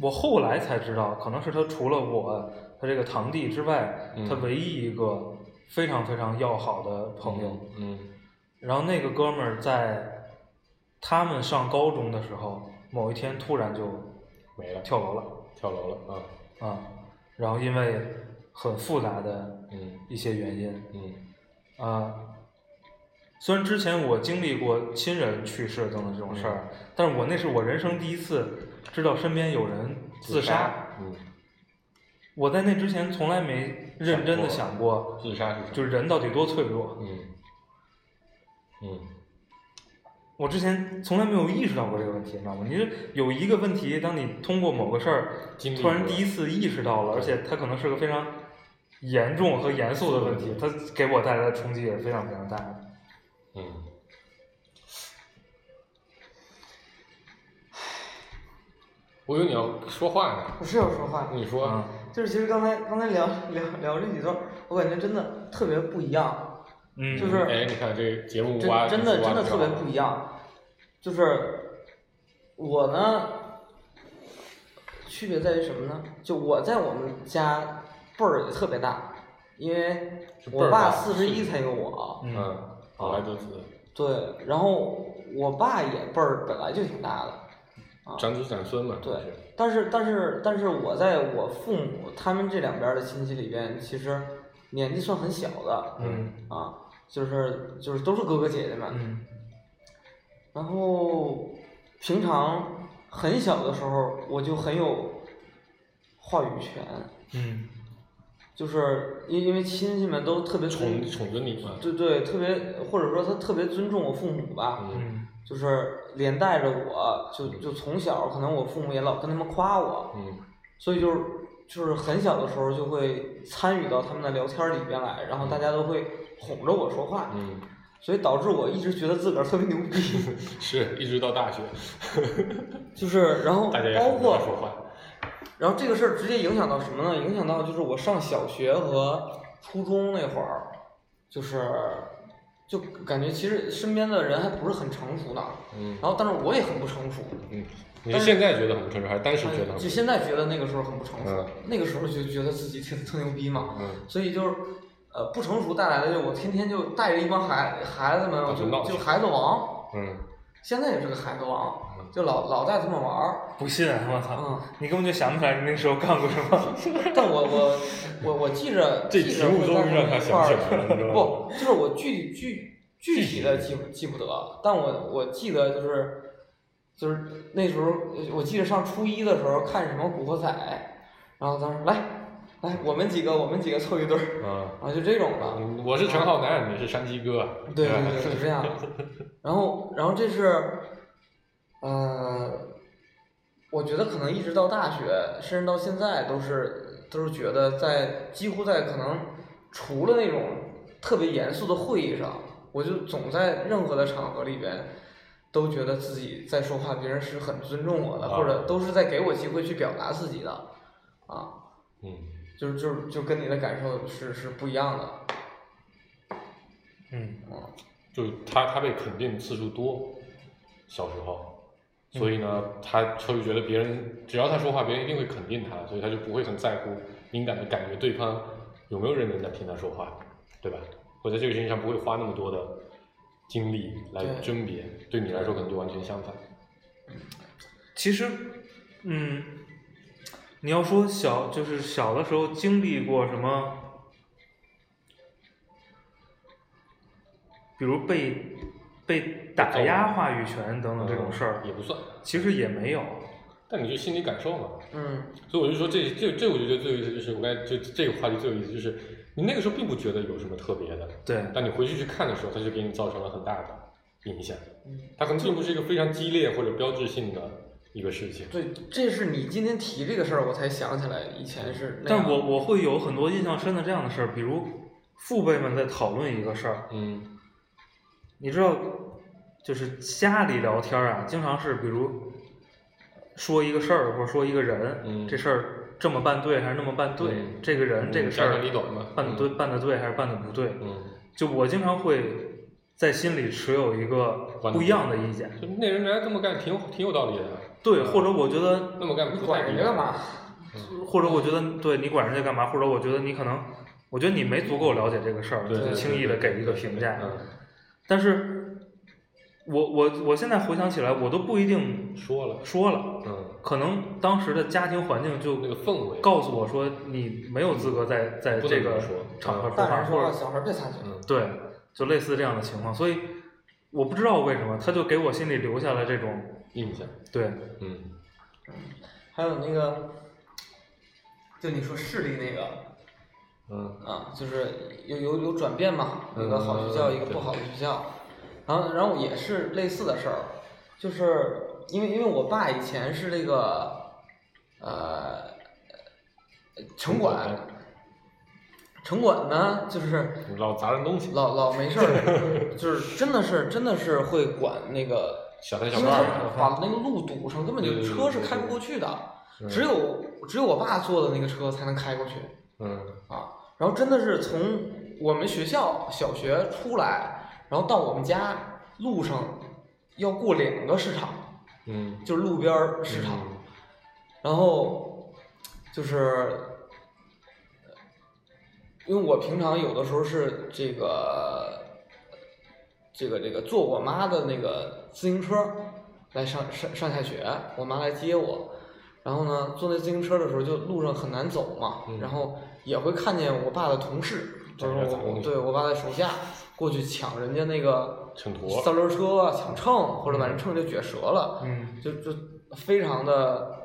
S4: 我后来才知道，可能是他除了我，他这个堂弟之外，
S3: 嗯
S4: 他唯一一个非常非常要好的朋友。
S3: 嗯
S4: 然后那个哥们儿在他们上高中的时候，某一天突然就
S3: 没了
S4: 跳楼了
S3: 跳楼了啊，
S4: 啊、然后因为很复杂的
S3: 嗯
S4: 一些原因
S3: 嗯
S4: 啊、虽然之前我经历过亲人去世等等这种事儿，但是我那是我人生第一次知道身边有人自杀。
S3: 嗯，
S4: 我在那之前从来没认真的想过，
S3: 自杀是什么？
S4: 就是人到底多脆弱。
S3: 嗯嗯
S4: 我之前从来没有意识到过这个问题，你知道吗？你是有一个问题，当你通过某个事儿
S3: 经历
S4: 突然
S3: 过
S4: 第一次意识到了，而且它可能是个非常严重和严肃的问题，它给我带来的冲击也非常非常大。
S3: 嗯，我以为你要说话呢，
S2: 我是要说话，
S3: 你说，
S4: 嗯
S2: 就是其实刚才刚才聊聊聊这几段儿，我感觉真的特别不一样。
S4: 嗯，
S2: 就是
S3: 哎，你看这节目
S2: 真
S3: 挖
S2: 真的
S3: 挖
S2: 真的
S3: 比
S2: 特
S3: 较
S2: 别
S3: 好
S2: 不一样。就是我呢，区别在于什么呢？就我在我们家辈儿也特别大，因为
S3: 是辈
S2: 我
S3: 儿大
S2: 爸四十一
S3: 是
S2: 才有我，
S4: 嗯
S3: 嗯，好莱德子
S2: 对，然后我爸也辈儿本来就挺大的，啊，
S3: 长子长孙嘛，
S2: 对
S3: 就是，
S2: 但是但是但是我在我父母他们这两边儿的亲戚里边，其实年纪算很小的，
S4: 嗯
S2: 啊，就是就是都是哥哥姐姐们，
S4: 嗯
S2: 然后平常很小的时候，我就很有话语权，
S4: 嗯
S2: 就是因因为亲戚们都特别
S3: 宠
S2: 尊，
S3: 宠着你嘛，
S2: 对对，特别或者说他特别尊重我父母吧，
S3: 嗯
S4: 嗯
S2: 就是连带着我就就从小，可能我父母也老跟他们夸我，
S3: 嗯
S2: 所以就是就是很小的时候就会参与到他们的聊天里边来，然后大家都会哄着我说话，
S3: 嗯，
S2: 所以导致我一直觉得自个儿特别牛逼。
S3: 是一直到大学，
S2: 就是，然后
S3: 大家也
S2: 嗯包
S3: 很
S2: 括
S3: 爱说话，
S2: 然后这个事儿直接影响到什么呢？影响到就是我上小学和初中那会儿，就是就感觉其实身边的人还不是很成熟呢。
S3: 嗯
S2: 然后，但是我也很不成熟，
S3: 嗯，你是现在觉得很成熟，还是当时觉得
S2: 哎
S3: 很
S2: 就
S3: 成熟？
S2: 现在觉得那个时候很不成熟，
S3: 嗯
S2: 那个时候就觉得自己特 特牛逼嘛。
S3: 嗯
S2: 所以就是呃不成熟带来的，就我天天就带着一帮孩孩子们，
S3: 到
S2: 我
S3: 处闹
S2: 就
S3: 去
S2: 就孩子王，
S3: 嗯
S2: 现在也是个孩子王
S3: 嗯，啊
S2: 就老老带他们玩儿。
S4: 不信，啊我操
S2: 嗯！
S4: 你根本就想不起来你那时候干过什么。
S2: 但我我我我记着，
S3: 这
S2: 记
S3: 题
S2: 着
S3: 目
S2: 会
S3: 终
S2: 在
S3: 于
S2: 后
S3: 让他
S2: 面一
S3: 想
S2: 块
S3: 起
S2: 儿
S3: 来了，你知道吗？
S2: 不，就是我具具具体的记不记不得，但我我记得就是就是那时候，呃我记得上初一的时候看什么《古惑仔》，然后当时来来我们几个我们几个凑一对儿，
S3: 嗯，
S2: 然后就这种的，
S3: 嗯我是陈浩南，你是山鸡哥，
S2: 对对对，是这样的。然后然后这是，呃，我觉得可能一直到大学，甚至到现在都是都是觉得在几乎在可能除了那种特别严肃的会议上，我就总在任何的场合里边。都觉得自己在说话，别人是很尊重我的，
S3: 啊
S2: 或者都是在给我机会去表达自己的，啊，
S3: 嗯
S2: 就是就是就跟你的感受是是不一样的，
S4: 嗯
S2: 嗯，
S3: 就是他他被肯定次数多，小时候，所以呢，
S4: 嗯
S3: 他就会觉得别人只要他说话，别人一定会肯定他，所以他就不会很在乎，敏感的感觉对方有没有认真在听他说话，对吧？我在这个事情上不会花那么多的精力来
S2: 对
S3: 甄别，对你来说可能就完全相反。
S4: 其实，嗯，你要说小，就是小的时候经历过什么，比如被被打压话语权等嗯等这种事儿
S3: 嗯也，不算，
S4: 其实也没有。
S3: 但你就心理感受嘛。
S2: 嗯，
S3: 所以我就说这这这，我就觉得最有意思就是我刚才这这个话题最有意思，就是你那个时候并不觉得有什么特别的，
S4: 对，
S3: 但你回去去看的时候，它就给你造成了很大的影响。
S2: 嗯
S3: 它可能并不是一个非常激烈或者标志性的一个事情。
S2: 对，这是你今天提这个事儿，我才想起来以前是那样。
S4: 但我我会有很多印象深的这样的事儿，比如父辈们在讨论一个事儿，
S3: 嗯
S4: 你知道，就是家里聊天儿啊，经常是比如说一个事儿或者说一个人，
S3: 嗯
S4: 这事儿这么办对还是那么办对，
S3: 嗯
S4: 这个人、这个事
S3: 家
S4: 儿
S3: 长里短嘛
S4: 办的对、办的对还是办的不对，
S3: 嗯，
S4: 就我经常会在心里持有一个
S3: 观点
S4: 不一样的意见，
S3: 就那人原来这么干挺有挺有道理的，
S4: 对，或者我觉得，
S3: 那么干不
S2: 你
S3: 太
S2: 管
S3: 理
S2: 人
S3: 解
S2: 家干嘛？
S4: 或者我觉得对你管人家干嘛，或者我觉得你可能我觉得你没足够了解这个事儿，
S3: 对
S4: 就
S3: 对
S4: 轻易的给一个评价。
S3: 嗯，
S4: 但是我我我现在回想起来，我都不一定
S3: 说了，
S4: 说了，
S3: 嗯，
S4: 可能当时的家庭环境就
S3: 那个氛围，
S4: 告诉我说你没有资格在在
S3: 不能
S4: 这
S3: 这么
S4: 个
S3: 说
S4: 场合
S3: 嗯
S4: 说
S2: 大
S4: 话，
S2: 人说
S4: 或
S2: 了，
S4: 者
S2: 小孩别插嘴。
S3: 嗯
S4: 对，就类似这样的情况。所以我不知道为什么，他就给我心里留下了这种
S3: 印象，
S4: 对，
S3: 嗯
S2: 还有那个，就你说视力那个
S3: 嗯
S2: 啊，就是有有有转变嘛，一个好学校，
S3: 嗯
S2: 一个不
S3: 对
S2: 好的学校。然后然后也是类似的事儿，就是因为因为我爸以前是那个呃城管，城管呢就是
S3: 老砸人东西，
S2: 老老没事儿，就是真的是真的是会管那个
S3: 小三小
S2: 因为
S3: 二
S2: 他
S3: 啊，
S2: 们把那个路堵上，根本就
S3: 对对对
S2: 车是
S3: 对
S2: 开不
S3: 对
S2: 过去的，
S3: 嗯
S2: 只有只有我爸坐的那个车才能开过去
S3: 嗯
S2: 啊。然后真的是从我们学校小学出来，然后到我们家路上要过两个市场，
S3: 嗯，
S2: 就是路边儿市场，
S3: 嗯
S2: 然后就是。因为我平常有的时候是这个，这个这个坐我妈的那个自行车来上上上下学，我妈来接我。然后呢，坐那自行车的时候，就路上很难走嘛，
S3: 嗯
S2: 然后也会看见我爸的同事，就是
S3: 在那砸
S2: 我
S3: 东西
S2: 对我爸的手下过去抢人家那个
S3: 秤砣
S2: 三轮车啊，抢秤，或者把人秤就撅折了，
S4: 嗯
S2: 就就非常的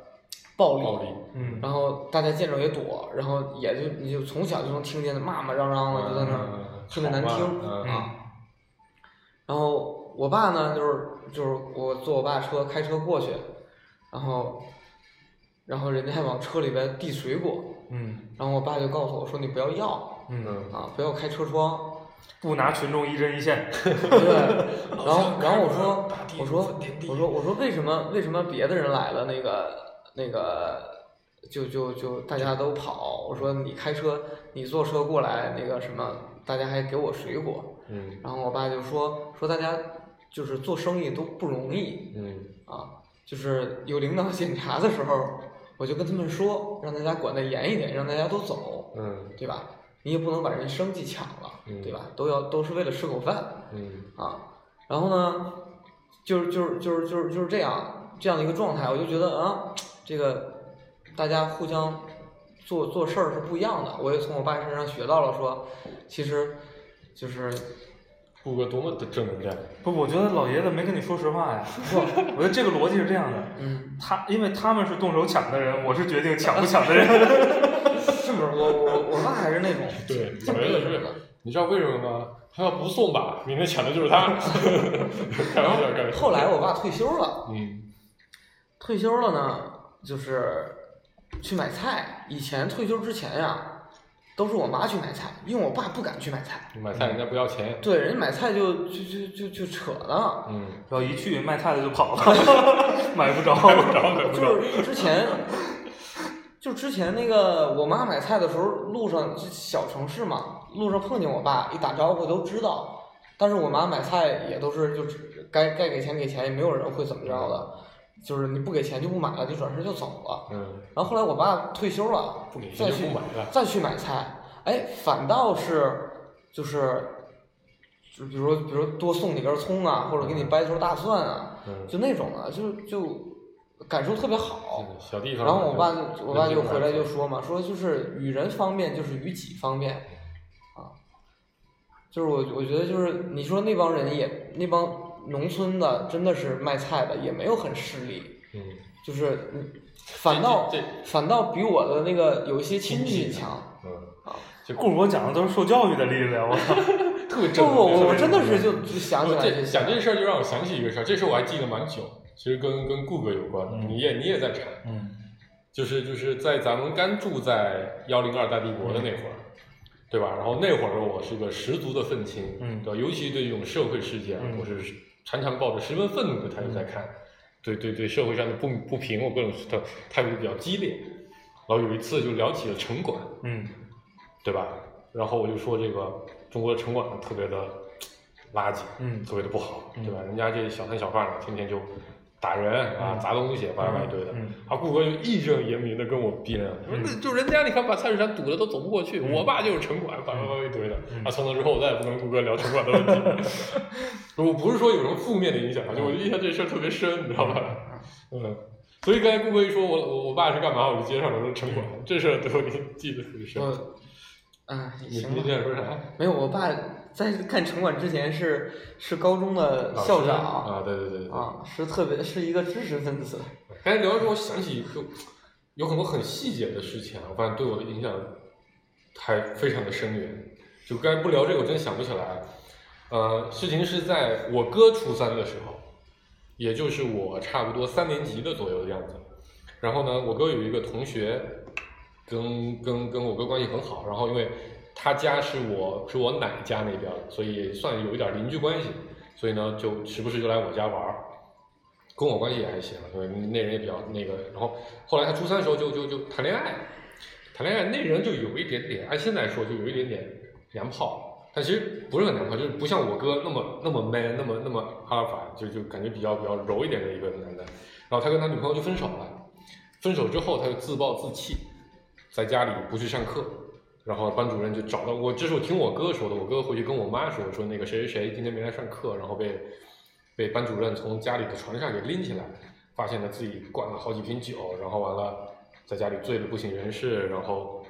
S2: 暴力。
S3: 暴力，
S4: 嗯
S2: 然后大家见着也躲，然后也就你就从小就能听见他骂骂嚷嚷的，就在那儿
S3: 嗯
S2: 特别难听
S3: 好吧嗯
S2: 啊。然后我爸呢，就是就是我坐我爸车开车过去，然后然后人家还往车里边递水果，
S4: 嗯
S2: 然后我爸就告诉我说你不要要
S4: 嗯，
S3: 嗯
S2: 啊，不要开车窗，
S4: 不拿群众一针一线，
S2: 对，然后然后我说
S3: 大地
S2: 我说
S3: 无分天地
S2: 我说我说为什么为什么别的人来了那个那个就就就大家都跑，我说你开车你坐车过来那个什么，大家还给我水果，
S3: 嗯
S2: 然后我爸就说说大家就是做生意都不容易
S3: 嗯
S2: 啊，就是有领导检查的时候，我就跟他们说让大家管得严一点，让大家都走，
S3: 嗯
S2: 对吧？你也不能把人生计抢了，
S3: 嗯
S2: 对吧？都要都是为了吃口饭。
S3: 嗯
S2: 啊，然后呢，就是就是就是就是就是这样这样的一个状态，我就觉得啊，这个大家互相做做事儿是不一样的。我也从我爸身上学到了说，其实就是
S3: 顾哥多么的正能量，
S4: 不，我觉得老爷子没跟你说实话呀。不，我觉得这个逻辑是这样的，
S2: 嗯，
S4: 他因为他们是动手抢的人，我是决定抢不抢的人。
S2: 是不是我我我爸还是那种
S3: 对，我觉得是，你知道为什么吗？他要不送吧，明天抢的就是他， 开玩笑，开玩笑，
S2: 后来我爸退休了，
S3: 嗯
S2: 退休了呢，就是去买菜。以前退休之前呀、都是我妈去买菜，因为我爸不敢去买菜。
S3: 买菜人家不要钱，
S2: 对，人家买菜就就就就就扯呢，
S3: 嗯
S4: 然后一去卖菜的就 跑了，买不着。
S2: 就是之前，就之前那个我妈买菜的时候，路上就小城市嘛，路上碰见我爸一打招呼都知道，但是我妈买菜也都是就是该该给钱给钱，也没有人会怎么着的，就是你不给钱就不买了，就转身就走了。
S3: 嗯，
S2: 然后后来我爸退休了，
S3: 不给钱
S2: 再
S3: 就
S2: 去
S3: 不买了，
S2: 再去买菜，哎，反倒是就是。就比如，比如多送你根葱啊，或者给你掰头大蒜啊，
S3: 嗯，
S2: 就那种的，就就感受特别好。
S3: 小地方。
S2: 然后我爸就我爸就回来就
S3: 说，
S2: 说嘛，说就是与人方面就是与己方面，啊，就是我我觉得就是你说那帮人也那帮农村的真的是卖菜的也没有很势利，
S3: 嗯，
S2: 就是嗯反倒
S3: 这
S2: 反倒比我的那个有一些亲戚
S3: 亲戚
S2: 强。
S3: 嗯，
S4: 顾我讲的都是受教育的例子呀，我操！
S3: 特别
S2: 不
S3: 正
S2: 不，
S3: 能量。
S2: 我我真的是就就想起来
S3: 这
S2: 这些
S3: 讲这事儿就让我想起一个事儿，这事儿我还记得蛮久，其实跟跟顾哥有关，
S4: 嗯
S3: 你也你也在产，
S4: 嗯
S3: 就是就是在咱们刚住在幺零二大帝国的那会儿，
S4: 嗯
S3: 对吧？然后那会儿我是个十足的愤青，
S4: 嗯
S3: 对吧？尤其对这种社会事件，
S4: 嗯
S3: 我是常常抱着十分愤怒的态度在看，对对对，社会上的不不平，我各种态态度比较激烈。然后有一次就聊起了城管，
S4: 嗯
S3: 对吧？然后我就说这个中国的城管特别的垃圾，
S4: 嗯
S3: 特别的不好，
S4: 嗯
S3: 对吧？人家这小三小贩的天天就打人啊，
S4: 嗯
S3: 砸东西，反正一堆的。
S4: 嗯
S3: 啊，顾哥就义正言明的跟我辩，说
S4: 嗯
S3: 那就人家你看把菜市场堵的都走不过去，我爸就是城管，反正一堆的。
S4: 嗯
S3: 啊，从此之后我再也不跟顾哥聊城管的问题。 我不是说有什么负面的影响，啊就我印象这事儿特别深，你知道吧？ 嗯，所以刚才顾哥一说我我我爸是干嘛，我就接上了说城管，这事儿对我记得特别深。
S2: 我，嗯哎，
S3: 你
S2: 行
S3: 你
S2: 吧
S3: 这。想说啥？
S2: 没有，我爸在干城管之前是是高中的
S3: 老师
S2: 校长
S3: 啊，对对对对。
S2: 啊是特别是一个知识分子。
S3: 刚才聊的时候，我想起就有很多很细节的事情啊，我发现对我的影响还非常的深远。就刚才不聊这个，我真想不起来。呃，事情是在我哥初三的时候，也就是我差不多三年级的左右的样子。然后呢，我哥有一个同学跟跟跟我哥关系很好，然后因为他家是我是我奶家那边的，所以算有一点邻居关系，所以呢就时不时就来我家玩儿，跟我关系也还行，因为那人也比较那个。然后后来他初三的时候就就就谈恋爱，谈恋爱那人就有一点点，按现在说就有一点点娘炮，但其实不是很娘炮，就是不像我哥那么那么 man，那么那么阿尔法，就就感觉比较比较柔一点的一个男的。然后他跟他女朋友就分手了，分手之后他就自暴自弃，在家里不去上课，然后班主任就找到我，这是我听我哥说的，我哥回去跟我妈说，说那个谁谁谁今天没来上课，然后被被班主任从家里的床上给拎起来，发现了自己灌了好几瓶酒，然后完了在家里醉得不省人事，然后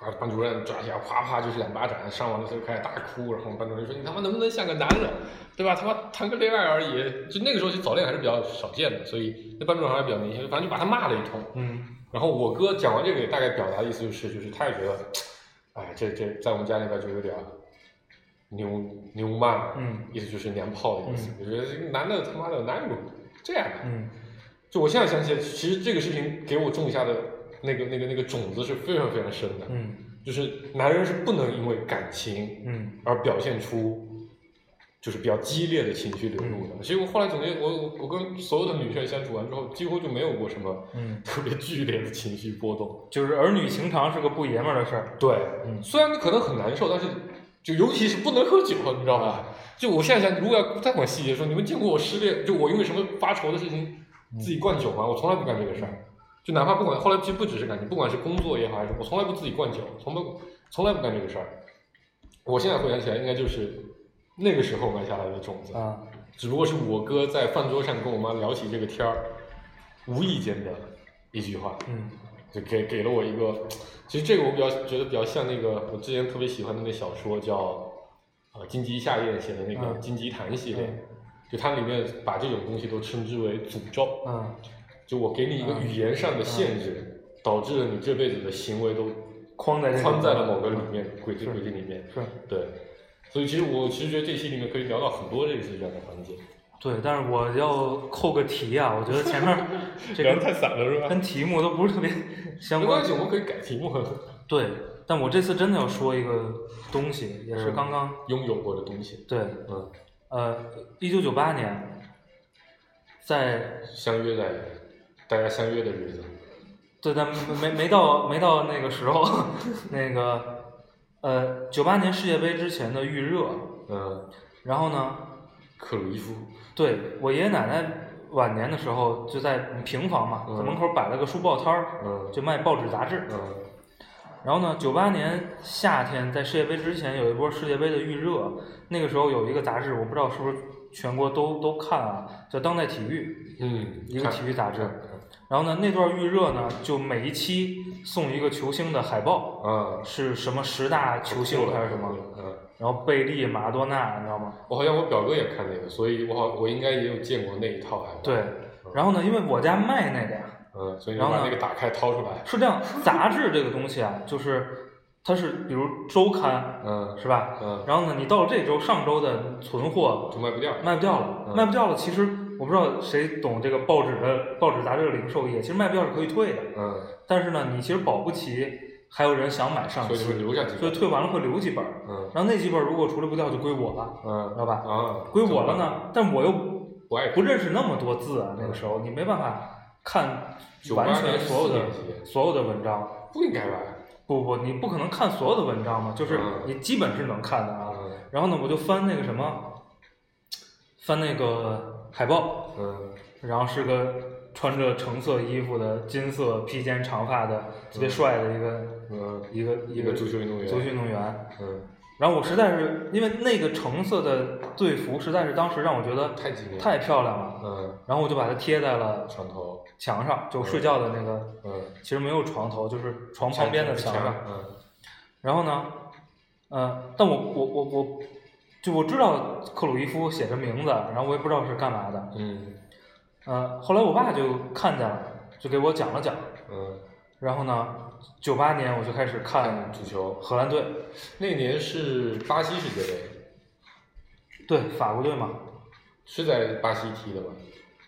S3: 啊班主任抓起来啪啪就是两巴掌，上完了他就开始大哭，然后班主任说你他妈能不能像个男的，对吧？他妈谈个恋爱而已，就那个时候就早恋还是比较少见的，所以那班主任还是比较年轻，反正就把他骂了一通。
S4: 嗯
S3: 然后我哥讲完这个，也大概表达的意思就是，就是他也觉得，哎，这这在我们家那边就有点儿牛牛妈，
S4: 嗯
S3: 意思就是娘炮的意思。我觉得这个男的他妈的哪有这样的？
S4: 嗯
S3: 就我现在想起来，其实这个事情给我种下的那个那个那个种子是非常非常深的，
S4: 嗯
S3: 就是男人是不能因为感情
S4: 嗯
S3: 而表现出就是比较激烈的情绪流露
S4: 嗯
S3: 的。其实我后来总结，我我我跟所有的女生相处完之后，几乎就没有过什么
S4: 嗯，
S3: 特别剧烈的情绪波动。
S4: 就是儿女情长是个不爷们儿的事儿。
S3: 对，
S4: 嗯
S3: 虽然你可能很难受，但是就尤其是不能喝酒，你知道吧？就我现在想，如果要再往细节说，你们见过我失恋，就我因为什么发愁的事情自己灌酒吗？我从来不干这个事儿，就哪怕不管后来其实不只是感情，不管是工作也好，还是我从来不自己灌酒，从不从来不干这个事儿。我现在回想起来，应该就是那个时候埋下来的种子，
S4: 啊，
S3: 只不过是我哥在饭桌上跟我妈聊起这个天儿，无意间的一句话，
S4: 嗯
S3: 就给给了我一个，其实这个我比较觉得比较像那个我之前特别喜欢的那小说叫呃金吉夏彦写的那个
S4: 嗯
S3: 《金吉谈》系列，
S4: 嗯
S3: 就它里面把这种东西都称之为诅咒，
S4: 嗯
S3: 就我给你一个
S4: 嗯
S3: 语言上的限制，导致了你这辈子的行为都
S4: 框在这里嗯
S3: 框在了某个里面轨迹
S4: 是
S3: 轨迹里面，
S4: 是
S3: 对，所以其实我其实觉得这期里面可以聊到很多类似这样的环节，
S4: 对，但是我要扣个题啊，我觉得前面 儿这
S3: 聊得
S4: 个
S3: 太散了是吧？
S4: 跟题目都不是特别相
S3: 没
S4: 关
S3: 关。系，我们可以改题目，
S4: 对，但我这次真的要说一个东西，也是
S3: 嗯
S4: 刚刚
S3: 拥有过的东西，
S4: 对，
S3: 嗯，
S4: 呃，一九九八年，在
S3: 相约在大家相约的日子。
S4: 对，但没没没到没到那个时候，那个呃，九八年世界杯之前的预热，
S3: 嗯，
S4: 然后呢，
S3: 克鲁伊夫，
S4: 对我爷爷奶奶晚年的时候就在平房嘛，在
S3: 嗯
S4: 门口摆了个书报摊儿，
S3: 嗯
S4: 就卖报纸杂志。
S3: 嗯
S4: 然后呢，九八年夏天在世界杯之前有一波世界杯的预热，那个时候有一个杂志，我不知道是不是全国都都看啊，叫《当代体育
S3: 嗯》，
S4: 一个体育杂志。
S3: 看
S4: 然后呢，那段预热呢，就每一期送一个球星的海报，
S3: 啊，
S4: 是什么十大球星还是什么？
S3: 嗯，
S4: 然后贝利、马拉多纳，你知道吗？
S3: 我好像我表哥也看那个，所以我好我应该也有见过那一套海报。
S4: 对，然后呢，因为我家卖那个呀，
S3: 嗯，所以你
S4: 然后
S3: 把
S4: 呢
S3: 那个打开掏出来，
S4: 是这样，杂志这个东西啊，就是它是比如周刊
S3: 嗯
S4: 是吧？
S3: 嗯，
S4: 然后呢，你到了这周上周的存货
S3: 就卖不掉。
S4: 卖不掉了，
S3: 嗯
S4: 卖不掉了，其实我不知道谁懂这个报纸的报纸杂志的零售业，其实卖不掉是可以退的，
S3: 嗯，
S4: 但是呢，你其实保不齐还有人想买上
S3: 所以就会
S4: 期，
S3: 留下几
S4: 所以
S3: 个。
S4: 退完了会留几本儿，
S3: 嗯
S4: 然后那几本儿如果处理不掉就归我了，知
S3: 嗯
S4: 道吧？
S3: 啊，
S4: 归我了呢，但我又
S3: 我爱
S4: 不认识那么多字啊，那个时候你没办法看完
S3: 98
S4: 全
S3: 年
S4: 所有的
S3: 四年级
S4: 所有的文章。
S3: 不应该吧？
S4: 不不，你不可能看所有的文章嘛，就是
S3: 嗯
S4: 你基本是能看的啊。
S3: 嗯
S4: 然后呢，我就翻那个什么，翻那个海报，
S3: 嗯
S4: 然后是个穿着橙色衣服的金色披肩长发的特别帅的一个、
S3: 嗯
S4: 一个
S3: 一个足球运动员
S4: 足球运动员。
S3: 嗯，
S4: 然后我实在是因为那个橙色的队服，实在是当时让我觉得
S3: 太惊艳了
S4: 太漂亮了。
S3: 嗯，
S4: 然后我就把它贴在了
S3: 床头，
S4: 墙上，就睡觉的那个，
S3: 嗯，
S4: 其实没有床头，就是床旁边的墙上。
S3: 嗯
S4: 然后呢，呃，但我我我我，就我知道克鲁伊夫写着名字，啊然后我也不知道是干嘛的。
S3: 嗯
S4: 呃，后来我爸就看见了，就给我讲了讲。
S3: 嗯，
S4: 然后呢，九八年我就开始看
S3: 足球，
S4: 荷兰队，
S3: 那年是巴西世界杯，
S4: 对法国队嘛，
S3: 是在巴西踢的吧？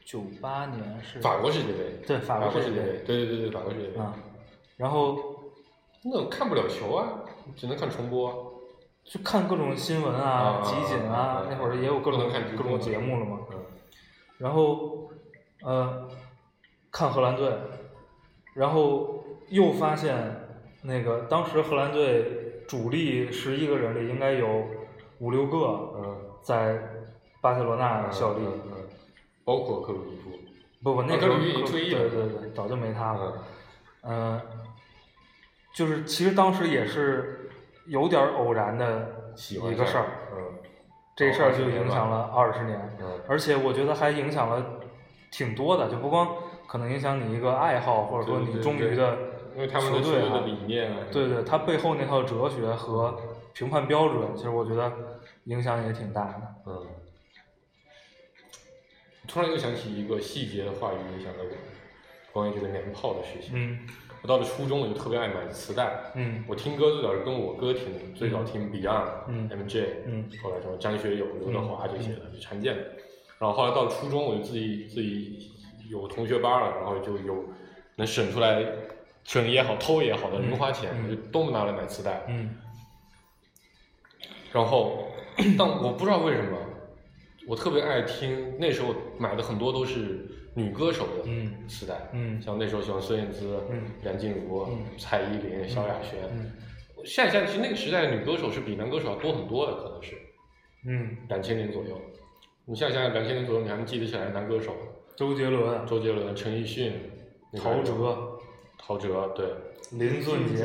S4: 九八年是
S3: 法国世界杯，
S4: 对法
S3: 法
S4: 国
S3: 国
S4: 世
S3: 世
S4: 界
S3: 界
S4: 杯
S3: 杯，对对对对，法国世界杯，
S4: 啊、然后
S3: 那我看不了球啊，只能看重播。
S4: 就看各种新闻啊、
S3: 啊
S4: 集锦啊
S3: 啊，
S4: 那会儿也有各
S3: 不
S4: 种
S3: 能看直
S4: 各
S3: 播
S4: 种节目了嘛。
S3: 嗯
S4: 然后，呃，看荷兰队，然后又发现那个当时荷兰队主力十一个人里应该有五六个
S3: 嗯，
S4: 在巴塞罗那效力，
S3: 嗯，嗯包括克鲁伊夫，
S4: 不不，那
S3: 啊
S4: 时候
S3: 格里已经退役
S4: 对
S3: 了
S4: 对对，早就没他了。嗯，
S3: 嗯
S4: 就是其实当时也是有点儿偶然的
S3: 喜欢
S4: 一个事
S3: 上
S4: 儿，，
S3: 嗯
S4: 这事儿就
S3: 20年
S4: 影响了二十年，
S3: 嗯
S4: 而且我觉得还影响了挺多的，就不光可能影响你一个爱好，或者说你忠于的
S3: 因为他们的
S4: 球
S3: 球
S4: 队
S3: 队的
S4: 啊
S3: 理念啊，
S4: 对对，它背后那套哲学和评判标准，其实我觉得影响也挺大的。
S3: 嗯，突然又想起一个细节的话语影响了我，关于这个娘炮的事情。
S4: 嗯
S3: 我到了初中，我就特别爱买磁带。
S4: 嗯
S3: 我听歌最早是跟我哥听，最早听 Beyond、
S4: 嗯
S3: MJ，
S4: 嗯
S3: 后来什么张学友、刘德华这些的，就常见的。然后后来到了初中，我就自己自己有同学班了，然后就有能省出来省也好、偷也好的零花钱，
S4: 嗯嗯
S3: 我就都拿来买磁带。
S4: 嗯
S3: 然后，但我不知道为什么，我特别爱听。那时候买的很多都是女歌手
S4: 嗯
S3: 的磁带，
S4: 嗯
S3: 像那时候喜欢孙燕姿、
S4: 嗯
S3: 梁静茹、
S4: 嗯
S3: 蔡依林、萧亚轩。
S4: 嗯
S3: 现在现在其实那个时代的女歌手是比男歌手要多很多的，可能是
S4: 嗯，
S3: 两千年左右。你现在想想，两千年左右你还能记得起来男歌手？
S4: 周杰伦、
S3: 周杰伦、陈奕迅、那个
S4: 陶喆、
S3: 陶喆，对
S4: 林俊杰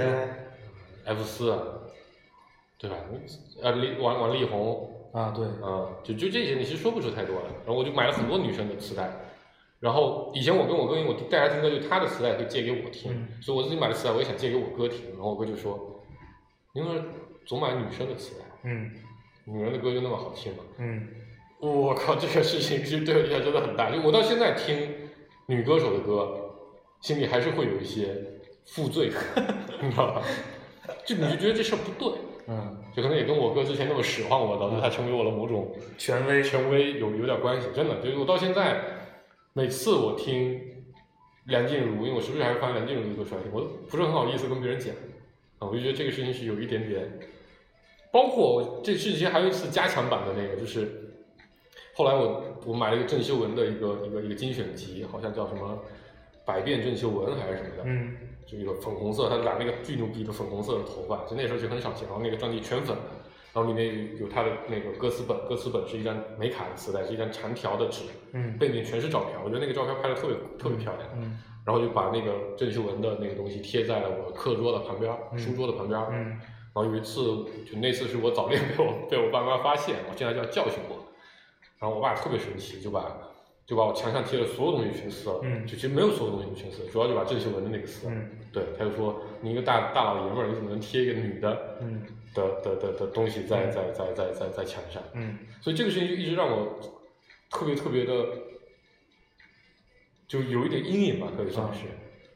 S3: ，F 四，啊对吧？呃，李王王力宏，
S4: 啊，对，
S3: 啊，就就这些，你其实说不出太多来。然后我就买了很多女生的磁带，然后以前我跟我哥，因为我带他听歌，就他的磁带会借给我听，
S4: 嗯
S3: 所以我自己买的磁带我也想借给我哥听。然后我哥就说：“你为什么总买女生的磁带？
S4: 嗯
S3: 女人的歌就那么好听吗
S4: 嗯？”
S3: 我靠，这个事情其实对我影响真的很大。就我到现在听女歌手的歌，心里还是会有一些负罪感，你知道吧？就你就觉得这事儿不对，
S4: 嗯，
S3: 就可能也跟我哥之前那么使唤我，导致他成为我的某种。
S4: 权威，
S3: 权威有有点关系，真的，就是我到现在每次我听梁静茹，因为我时不时还会翻梁静茹的歌出来听，我都不是很好意思跟别人讲啊，我就觉得这个事情是有一点点，包括这事情还有一次加强版的那个，就是后来我我买了一个郑秀文的一个一个一个精选集，好像叫什么《百变郑秀文》还是什么的，
S4: 嗯
S3: 就一个粉红色，他染那个巨牛逼的粉红色的头发，就那时候就很少见，然后那个专辑全粉，然后里面有他的那个歌词本，歌词本是一张美卡的磁带，是一张长条的纸，
S4: 嗯
S3: 背面全是照片，我觉得那个照片拍的特别特别漂亮，
S4: 嗯
S3: 然后就把那个郑秀文的那个东西贴在了我课桌的旁边，
S4: 嗯
S3: 书桌的旁边，
S4: 嗯
S3: 然后有一次，就那次是我早恋被我被我爸妈发现，我现在就要教训我。然后我爸特别生气，就把就把我墙上贴的所有东西全撕了。
S4: 嗯
S3: 就其实没有所有东西全撕，主要就把郑秀文的那个撕了。
S4: 嗯
S3: 对，他就说你一个大大老爷们儿，你怎么能贴一个女的
S4: 嗯
S3: 的的的的东西在在在在在在墙上？
S4: 嗯
S3: 所以这个事情就一直让我特别特别的，就有一点阴影吧，可以算是。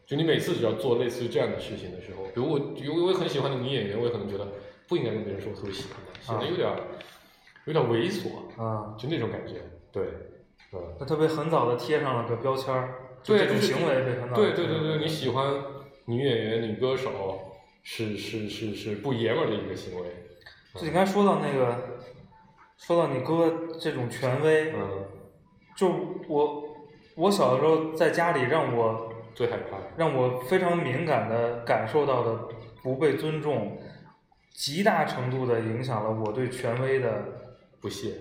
S3: 就你每次只要做类似于这样的事情的时候，比如我，比如我也很喜欢的女演员，我也可能觉得不应该跟别人说我特别喜欢她，显得有点、有点猥琐，
S4: 啊，
S3: 就那种感觉。对，嗯，
S4: 那他被很早的贴上了个标签儿，就
S3: 对
S4: 这种
S3: 就是
S4: 行为被很早地
S3: 对
S4: 贴
S3: 对对
S4: 上
S3: 对，
S4: 了
S3: 你喜欢女演员、女歌手是是是是不爷们儿的一个行为。
S4: 就你刚才说到那个，说到你哥这种权威，
S3: 嗯，
S4: 就我我小的时候在家里让我
S3: 最害怕。
S4: 让我非常敏感的感受到的不被尊重，极大程度的影响了我对权威的
S3: 不屑，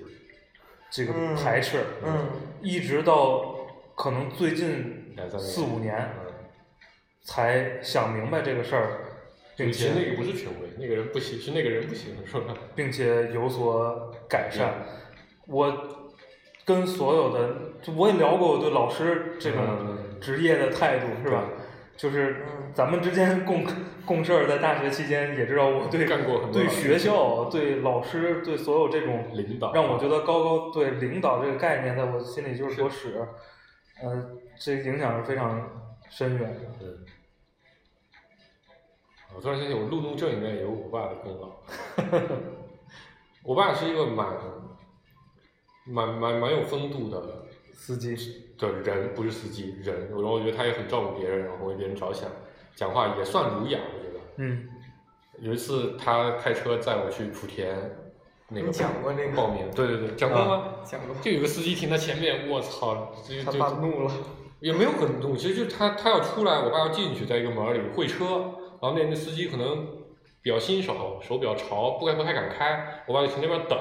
S4: 这个
S2: 嗯
S4: 排斥，
S2: 嗯
S4: 一直到可能最近
S3: 两三年
S4: 四五年
S3: 嗯
S4: 才想明白这个事儿，并
S3: 以前那
S4: 且
S3: 个不是权威，那个人不行，是那个人不行，是吧？
S4: 并且有所改善。
S3: 嗯
S4: 我跟所有的，就我也聊过我对老师这种
S3: 嗯
S4: 职业的态度，是吧？就是咱们之间共 共事儿，在大学期间也知道我对
S3: 干过很多
S4: 对学校、对老师、对所有这种
S3: 领导
S4: 让我觉得高高对领导这个概念在我心里就是坨屎，呃，这影响是非常深远的。
S3: 嗯，我突然想起，我路怒症应该也有我爸的功劳。 我爸是一个蛮蛮蛮蛮有风度的
S4: 司机，
S3: 的人，不是司机人。然后我觉得他也很照顾别人，然后为别人着想，讲话也算儒雅，我觉得。
S4: 嗯
S3: 有一次他开车载我去莆田，那个
S2: 你讲过这个
S3: 报名，对对对，讲过吗？
S2: 讲过，
S3: 就有个司机停在前面，我操，就
S2: 他
S3: 就
S2: 爸怒了，
S3: 也没有很动，其实就是他他要出来，我爸要进去，在一个门儿里会车，然后那那司机可能比较新手，手比较潮，不该不太敢开，我爸就停那边等，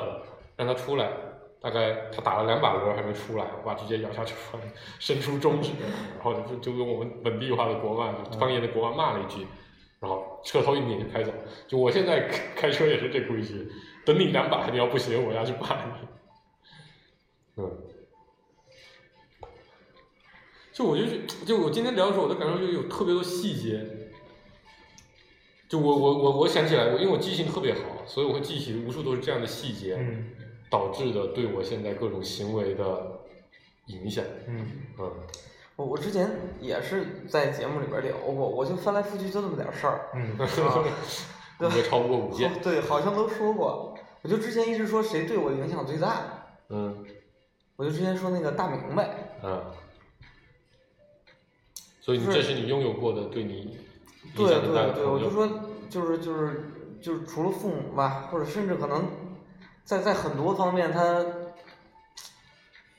S3: 让他出来。大概他打了两把轮儿还没出来，我爸直接摇下车窗，伸出中指，然后就就用我们本地话的国骂，就方言的国骂骂了一句，然后车头一拧就开走。就我现在开开车也是这规矩，等你两把，你要不行，我要去骂你。嗯。就我就是，就我今天聊的时候，我的感受就是有特别多细节。就我我我我想起来，我因为我记性特别好，所以我会记起无数都是这样的细节，
S4: 嗯
S3: 导致的对我现在各种行为的影响。
S4: 嗯
S3: 嗯
S2: 啊 我我之前也是在节目里边聊过，我就翻来覆去就这么点儿事儿，
S4: 嗯，
S2: 对
S3: 你别超不过五件
S2: 好。对，好像都说过，我就之前一直说谁对我影响最大，
S3: 嗯
S2: 我就之前说那个大明白，
S3: 嗯。所以你
S2: 不
S3: 这是
S2: 是
S3: 你拥有过的对你
S2: 对
S3: 影响最大的
S2: 对对，
S3: 朋
S2: 我就
S3: 友
S2: 说就是就是就是除了父母吧，或者甚至可能在在很多方面他，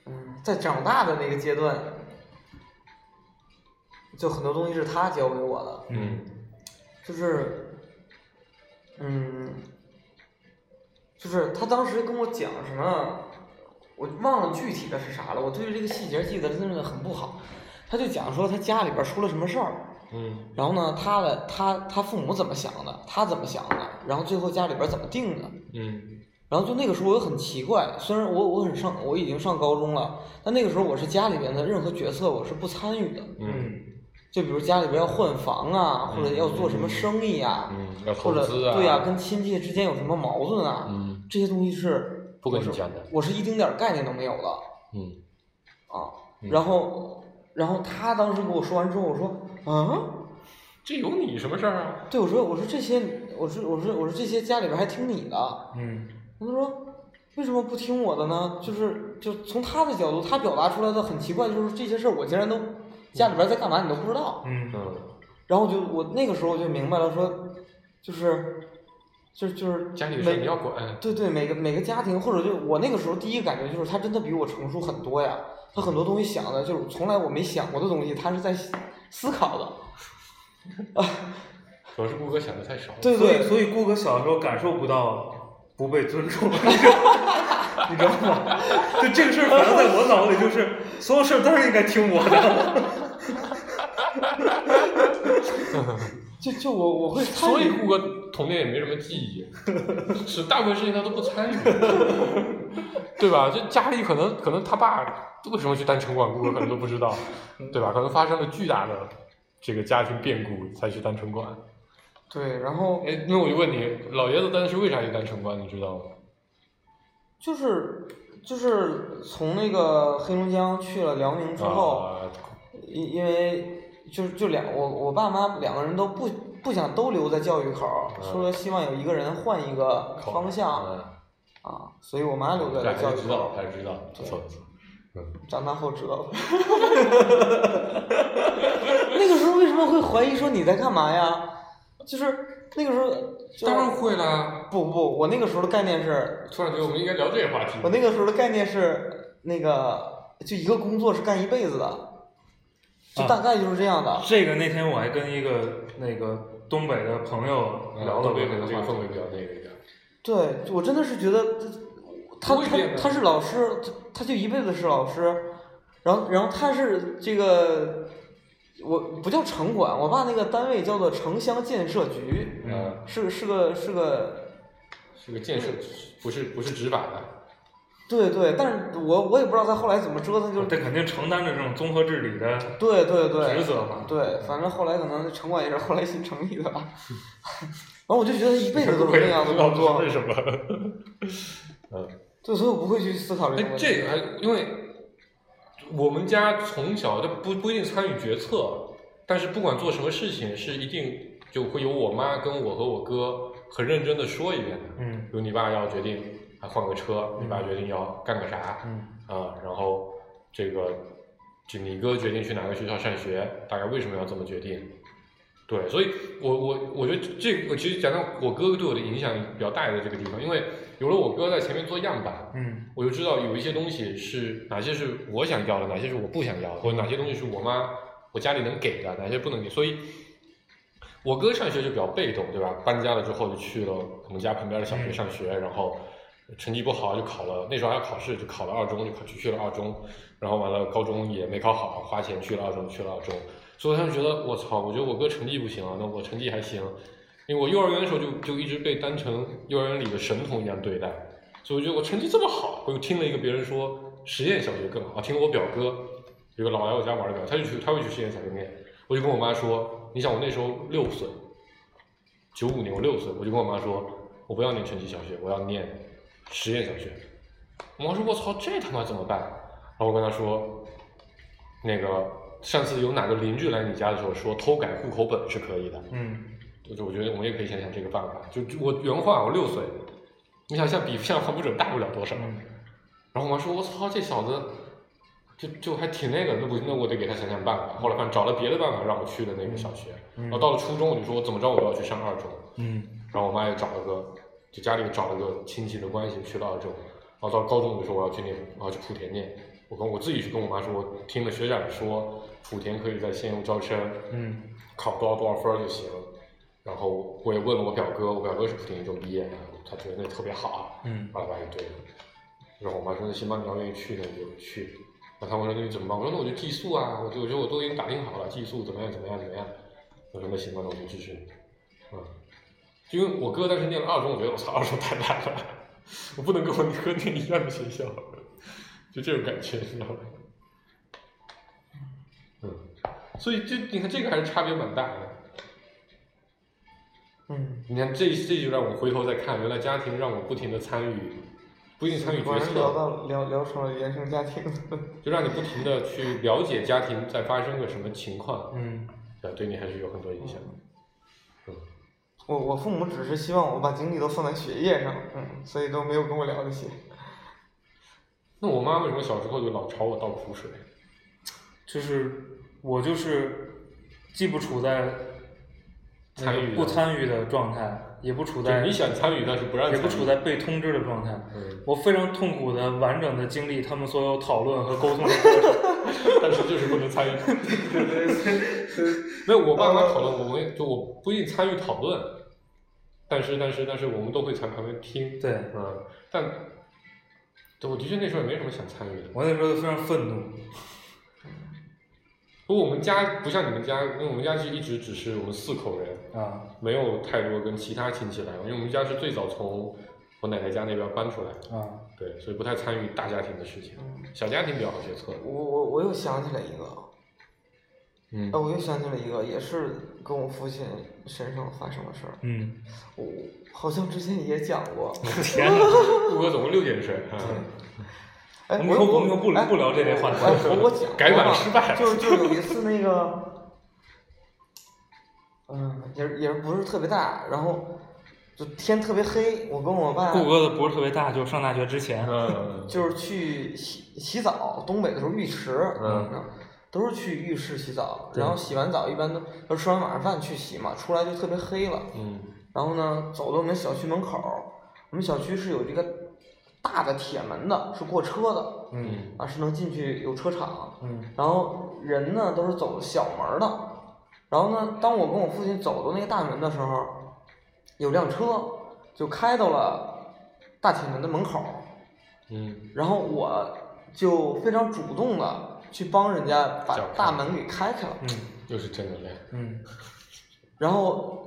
S2: 嗯，在长大的那个阶段，就很多东西是他教给我的，
S3: 嗯
S2: 就是，嗯，就是他当时跟我讲什么，我忘了具体的是啥了，我对于这个细节记得真的很不好。他就讲说他家里边儿出了什么事儿，
S3: 嗯
S2: 然后呢，他的他他父母怎么想的，他怎么想的，然后最后家里边儿怎么定的。
S3: 嗯
S2: 然后就那个时候我很奇怪，虽然我我很上我已经上高中了，但那个时候我是家里边的任何决策我是不参与的。
S3: 嗯
S2: 就比如家里边要换房啊，或者要做什么生意啊，
S3: 嗯，要
S2: 或
S3: 投
S2: 者
S3: 资啊，
S2: 对呀、跟亲戚之间有什么矛盾啊，
S3: 嗯，
S2: 这些东西是
S3: 不跟你讲的，
S2: 我是一丁点儿概念都没有的
S3: 嗯
S2: 啊。
S3: 嗯
S2: 然后，然后他当时给我说完之后，我说啊，
S3: 这有你什么事儿啊？
S2: 对我说我说这些，我说我说我说这些家里边还听你的，
S4: 嗯
S2: 他说为什么不听我的呢？就是就从他的角度，他表达出来的很奇怪，就是这些事儿我竟然都家里边在干嘛你都不知道。
S4: 嗯
S3: 嗯，
S2: 然后就我那个时候就明白了说，就是，就就是
S3: 家里的事儿
S2: 每
S3: 你要管。
S2: 对对每个每个家庭或者就我那个时候第一感觉就是他真的比我成熟很多呀，他很多东西想的就是从来我没想过的东西，他是在思思考的。
S3: 主要是顾哥想的太少了。
S2: 对
S4: 所以
S2: 对
S4: 所以顾哥小时候感受不到啊不被尊重， 你知道吗？就这个事儿，反正在我脑里就是所有事儿都是应该听我的，
S2: 就就我我会参与，
S3: 所以顾哥童年也没什么记忆，是大部分事情他都不参与，对吧？就家里可能可能他爸为什么去当城管，顾哥可能都不知道，对吧？可能发生了巨大的这个家庭变故才去当城管。
S2: 对，然后
S3: 哎，那我就问你，老爷子当时为啥去当城管，你知道吗？
S2: 就是就是从那个黑龙江去了辽宁之后，
S3: 啊，
S2: 因因为就是就两我我爸妈两个人都不不想都留在教育口儿，
S3: 嗯
S2: 说希望有一个人换一个
S3: 靠
S2: 方向啊，所以我妈留
S3: 嗯，
S2: 在
S3: 还
S2: 了教
S3: 是
S2: 育
S3: 知
S2: 口
S3: 道，
S2: 儿，
S3: 还是知道，不错不错。
S2: 长大后知道了。 那个时候为什么会怀疑说你在干嘛呀？就是那个时候，就
S3: 当然会啦，
S2: 不不，我那个时候的概念是，
S3: 突然觉得我们应该聊这个话题。
S2: 我那个时候的概念是那个就一个工作是干一辈子的，
S3: 啊
S2: 就大概就是这样的。
S4: 这个那天我还跟一个那个东北的朋友聊
S3: 嗯聊
S4: 了
S3: 的
S4: 过
S3: 为可
S4: 个
S3: 能这个
S4: 话题
S3: 氛围比较那个一点。
S2: 对，我真的是觉得他
S3: 不会
S2: 他
S3: 变的
S2: 他是老师，他他就一辈子是老师，然后然后他是这个，我不叫城管，我爸那个单位叫做城乡建设局，
S3: 嗯，
S2: 是是个是个
S3: 是个建设，不是不是执法的，
S2: 对对，但是我我也不知道他后来怎么折腾，就
S3: 啊
S2: 是
S4: 这嗯肯定承担着这种综合治理的
S2: 对对对
S4: 职，责嘛。
S2: 对，反正后来可能城管也是后来新成立的吧。 然后我就觉得一辈子都是那样的工作
S3: 我也不，知道为什么。
S2: 对，所以我不会去思考这个
S3: 哎，
S2: 问题。
S3: 这个还因为我们家从小就不不一定参与决策，但是不管做什么事情，是一定就会有我妈跟我和我哥很认真的说一遍的。
S4: 嗯
S3: 比如你爸要决定啊换个车，
S4: 嗯
S3: 你爸决定要干个啥啊、
S4: 嗯
S3: 然后这个就你哥决定去哪个学校上学，大概为什么要这么决定？对，所以我我我觉得这个其实讲到我哥对我的影响比较大的这个地方，因为有了我哥在前面做样板，
S4: 嗯
S3: 我就知道有一些东西是哪些是我想要的，哪些是我不想要的，或者哪些东西是我妈我家里能给的，哪些不能给。所以，我哥上学就比较被动，对吧？搬家了之后就去了我们家旁边的小学上学，然后成绩不好就考了，那时候还要考试，就考了二中，就考去去了二中，然后完了高中也没考好，花钱去了二中，去了二中。所以他们觉得我操，我觉得我哥成绩不行啊，那我成绩还行，因为我幼儿园的时候就就一直被当成幼儿园里的神童一样对待。所以我觉得我成绩这么好，我又听了一个别人说实验小学更好，啊，听了我表哥有个老来我家玩的表哥，他就去他会去实验小学念，我就跟我妈说，你想我那时候六岁，九五年我六岁，我就跟我妈说，我不要念成绩小学，我要念实验小学。我妈说我操，这他妈怎么办？然后我跟她说，那个上次有哪个邻居来你家的时候说偷改户口本是可以的，
S4: 嗯
S3: 就是我觉得我们也可以想想这个办法。就就我原话，我六岁，你想像比像黄不准大不了多少。
S4: 嗯
S3: 然后我妈说：“我操，这小子就就还挺那个，那不那我得给他想想办法。”后来反正找了别的办法让我去的那个小学。然后
S4: 嗯
S3: 到了初中，我就说我怎么着我都要去上二中。
S4: 嗯
S3: 然后我妈也找了个，就家里找了个亲戚的关系去了澳洲，然后到高中我就说我要去念，我要去莆田念。我跟我自己去跟我妈说，我听了学长说莆田可以在县优招生，
S4: 嗯
S3: 考多少多少分儿就行。然后我也问了我表哥，我表哥是莆田一中毕业的，他觉得那特别好，啊
S4: 嗯
S3: 巴拉巴拉一堆的。然后我妈说：“那行吧，你要愿意去那你就去。”然后他们说：“那你怎么办？”我说：“那我就寄宿啊，我就我觉得我都已经打听好了，寄宿怎么样怎么样怎么样。”我说：“那行吧，那我就支持你。”嗯，就因为我哥当时念了二中，我觉得我操，二中太难了，我不能跟我哥念一样的学校，就这种感觉，你知道吗？嗯，所以这你看这个还是差别蛮大的。
S2: 嗯，
S3: 你看这这就让我回头再看，原来家庭让我不停的参与，不仅参与
S2: 果
S3: 决
S2: 然聊
S3: 策，
S2: 到聊聊成了原生家庭。
S3: 就让你不停的去了解家庭在发生个什么情况，呃
S4: 嗯
S3: 对吧，对你还是有很多影响。嗯，
S2: 我我父母只是希望我把精力都放在学业上，嗯，所以都没有跟我聊这些。
S3: 那我妈为什么小时候就老朝我倒苦水？
S4: 就是我就是既不处在那
S3: 参与
S4: 个
S3: 的
S4: 不参与的状态，也不处
S3: 对，
S4: 在
S3: 你想参与，但是不让
S4: 也
S3: 参与。
S4: 不处在被通知的状态。
S3: 嗯，
S4: 我非常痛苦的完整的经历他们所有讨论和沟通的过程。
S3: 但是就是不能参与。没有，我爸妈讨论，我们就我不一定参与讨论，但是但是但是我们都会在旁边听。
S4: 对
S3: 嗯，但对我的确那时候也没什么想参与的。
S4: 我那时候非常愤怒。
S3: 不过我们家不像你们家，因为我们家是一直只是我们四口人，
S4: 啊
S3: 没有太多跟其他亲戚来往，因为我们家是最早从我奶奶家那边搬出来，
S4: 啊，
S3: 对，所以不太参与大家庭的事情，
S2: 嗯，
S3: 小家庭比较好决策。
S2: 我我我又想起来一个，
S3: 嗯
S2: 哎，我又想起了一个，也是跟我父亲身上发生的事儿。
S4: 嗯，
S2: 我好像之前也讲过。
S4: 天哪！
S3: 顾哥总共六件事，啊，
S2: 哎，
S4: 我们以后我们以后不聊
S2: 哎
S4: 不聊这类话题
S2: 哎我我讲
S3: 改
S2: 过
S3: 版
S2: 嘛
S3: 失败
S2: 就就有一次那个，嗯，也是也是不是特别大，然后就天特别黑，我跟我爸
S4: 顾哥的不是特别大，就是上大学之前。
S3: 嗯，
S2: 就是去洗洗澡，东北的时候浴池，
S3: 嗯，
S2: 都是去浴室洗澡，
S3: 对
S2: 然后洗完澡一般都都吃完晚上饭去洗嘛，出来就特别黑了。
S3: 嗯
S2: 然后呢，走到我们小区门口，我们小区是有这个大的铁门的，是过车的
S4: 嗯
S3: 嗯
S2: 啊，是能进去有车场。
S4: 嗯
S2: 然后人呢都是走小门儿的。然后呢，当我跟我父亲走到那个大门的时候，有辆车就开到了大铁门的门口，
S3: 嗯
S2: 然后我就非常主动的去帮人家把
S3: 脚开
S2: 大门给开开了。
S4: 嗯
S3: 又是正能量。
S4: 嗯
S2: 然后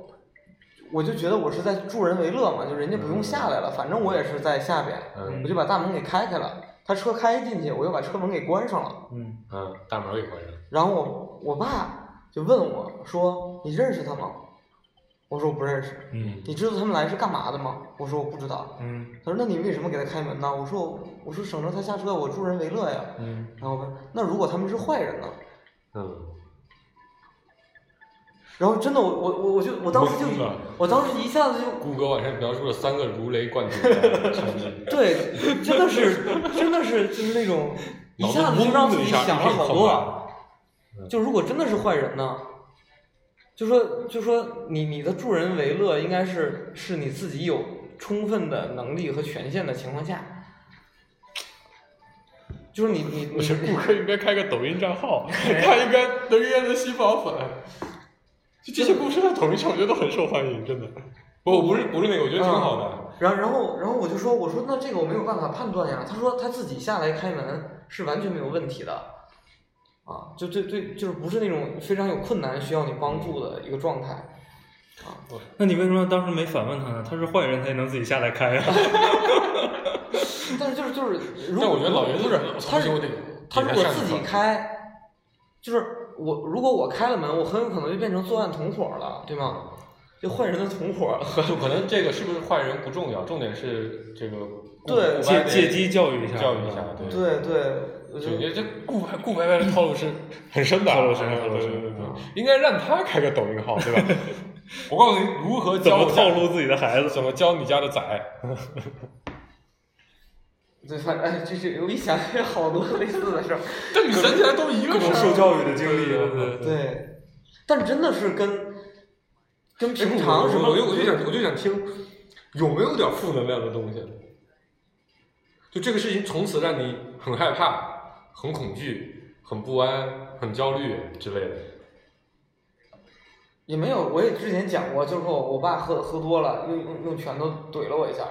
S2: 我就觉得我是在助人为乐嘛，就人家不用下来了，反正我也是在下边，
S3: 嗯
S2: 我就把大门给开开了。他车开进去，我又把车门给关上了。
S4: 嗯
S3: 嗯，大门给关上。
S2: 然后我我爸就问我说：“你认识他吗？”我说：“我不认识。”
S4: 嗯
S2: 你知道他们来是干嘛的吗？我说：“我不知道。
S4: 嗯”
S2: 他说：“那你为什么给他开门呢？”我说：“我说省着他下车，我助人为乐呀。”
S4: 嗯
S2: 然后问：“那如果他们是坏人呢？”
S3: 嗯，
S2: 然后真的，我我我我就我当时就
S3: 懵了
S2: 我当时一下子就，
S3: 谷歌晚上描述了三个如雷贯顶的场景
S2: 对，真的是，真的是就是那种一下子就让自己想了好多。啊就如果真的是坏人呢，就说就说你你的助人为乐应该是是你自己有充分的能力和权限的情况下，就是你你
S3: 我
S2: 你
S3: 觉得谷歌应该开个抖音账号，他应该能认识新宝粉。就这些故事在抖音上，我觉得都很受欢迎，真的。不，我不是不是那个，我觉得挺好的。
S2: 然后，然后，然后我就说，我说那这个我没有办法判断呀。他说他自己下来开门是完全没有问题的，啊，就对对，就是不是那种非常有困难需要你帮助的一个状态。
S4: 那你为什么当时没反问他呢？他是坏人，他也能自己下来开啊。
S2: 但是就是嗯就是，如
S3: 但
S2: 果
S3: 我觉得老袁
S2: 不
S3: 就是是，
S2: 他是
S3: 我得
S2: 他如果
S3: 上一
S2: 自己
S3: 课
S2: 开，就是我如果我开了门，我很有可能就变成作案同伙了，对吗？就坏人的同伙了。
S3: 就可能这个是不是坏人不重要，重点是这个顾
S2: 对
S3: 顾白
S4: 借
S3: 白
S4: 借机教育一下，
S3: 教育一下，嗯对。
S2: 对对，我
S3: 就
S2: 觉得
S3: 你这顾 白顾白白的套路是很深的啊，
S4: 套路深
S3: 对
S4: 套路深
S3: 对对对
S4: 嗯，
S3: 应该让他开个抖音号，对吧？ 我告诉你如何
S4: 怎
S3: 教
S4: 么
S3: 我
S4: 套
S3: 家
S4: 路自己的孩子？
S3: 怎么教你家的崽，
S2: 对，反正哎，这这我一想，好多类似的事儿。
S3: 但你想起来都一
S4: 各
S3: 个事
S4: 种
S3: 儿。啊
S4: 受教育的经历，
S3: 对对对。
S2: 对，但真的是跟跟
S3: 哎
S2: 平常什么，
S3: 我就我就想我就想听，有没有点负能量的东西？就这个事情从此让你很害怕、很恐惧、很不安、很焦虑之类的。
S2: 也没有，我也之前讲过，就是说我爸喝喝多了，用用用拳头怼了我一下，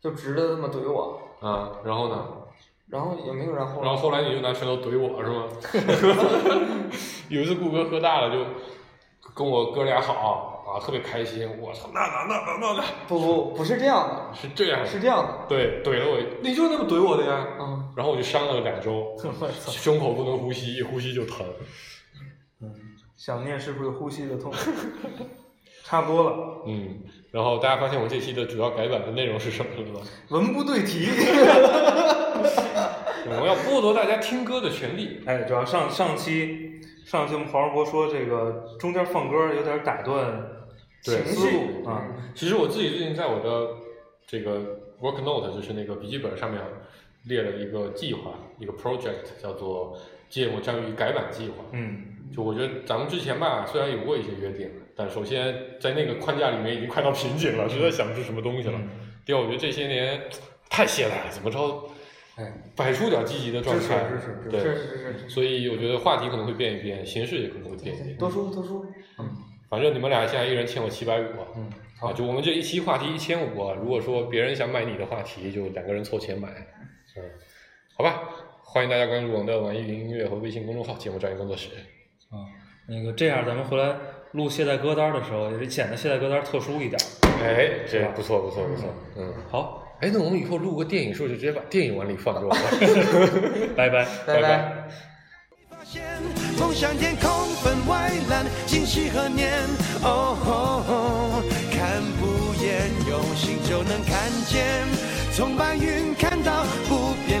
S2: 就直的这么怼我，
S3: 啊，然后呢？
S2: 然后也没有然后
S3: 然后
S2: 了。
S3: 后来你就拿拳头怼我是吗？ 有一次顾哥喝大了就跟我哥俩好啊，特别开心。我操，那那那那那
S2: 不不不是这样的，
S3: 那是这样的，
S2: 是这样的，
S3: 对，怼了我，你就是那么怼我的呀。
S2: 嗯，
S3: 然后我就伤了两周，胸口不能呼吸，一呼吸就疼。
S4: 嗯，想念是不是呼吸的痛？差不多了，
S3: 嗯，然后大家发现我这期的主要改版的内容是什么了吗？
S4: 文不对题。
S3: 我们要剥夺大家听歌的权利。
S4: 哎，主要上上期上期我们黄世博说这个中间放歌有点打断
S3: 对
S2: 情
S4: 思
S2: 绪
S4: 路啊，
S3: 嗯其实我自己最近在我的这个 work note，就是那个笔记本上面列了一个计划，一个 project，叫做“芥末章鱼改版计划”。
S4: 嗯
S3: 就我觉得咱们之前吧，虽然有过一些约定，但首先在那个框架里面已经快到瓶颈了，实在想不出什么东西了。
S4: 嗯
S3: 第二，我觉得这些年太懈怠了，怎么着，
S4: 哎，
S3: 摆出点积极的状
S4: 支持
S3: 态，
S4: 支持支
S2: 是
S3: 对。
S2: 是是
S3: 所以我觉得话题可能会变一变，形式也可能会变一
S2: 是，
S3: 变。
S2: 多说多说，
S3: 反正你们俩现在一人欠我七百五啊，
S4: 嗯，
S3: 啊，就我们这一期话题一千五啊，如果说别人想买你的话题，就两个人凑钱买，嗯，好吧，欢迎大家关注我们的网易云音乐和微信公众号“节目专业工作室
S4: 啊，那个这样咱们回来录懈怠歌单的时候，也得显得懈怠歌单特殊一点。”。
S3: 哎，这不错不错不错，嗯，
S4: 好，
S3: 哎，那我们以后录个电影是不是就直接把电影往里放就完了？
S4: 拜拜。
S3: 拜
S2: 拜
S3: 拜
S5: 发现梦想天空分外蓝，今夕何年？哦吼吼，看不厌，用心就能看见。从白云看到不变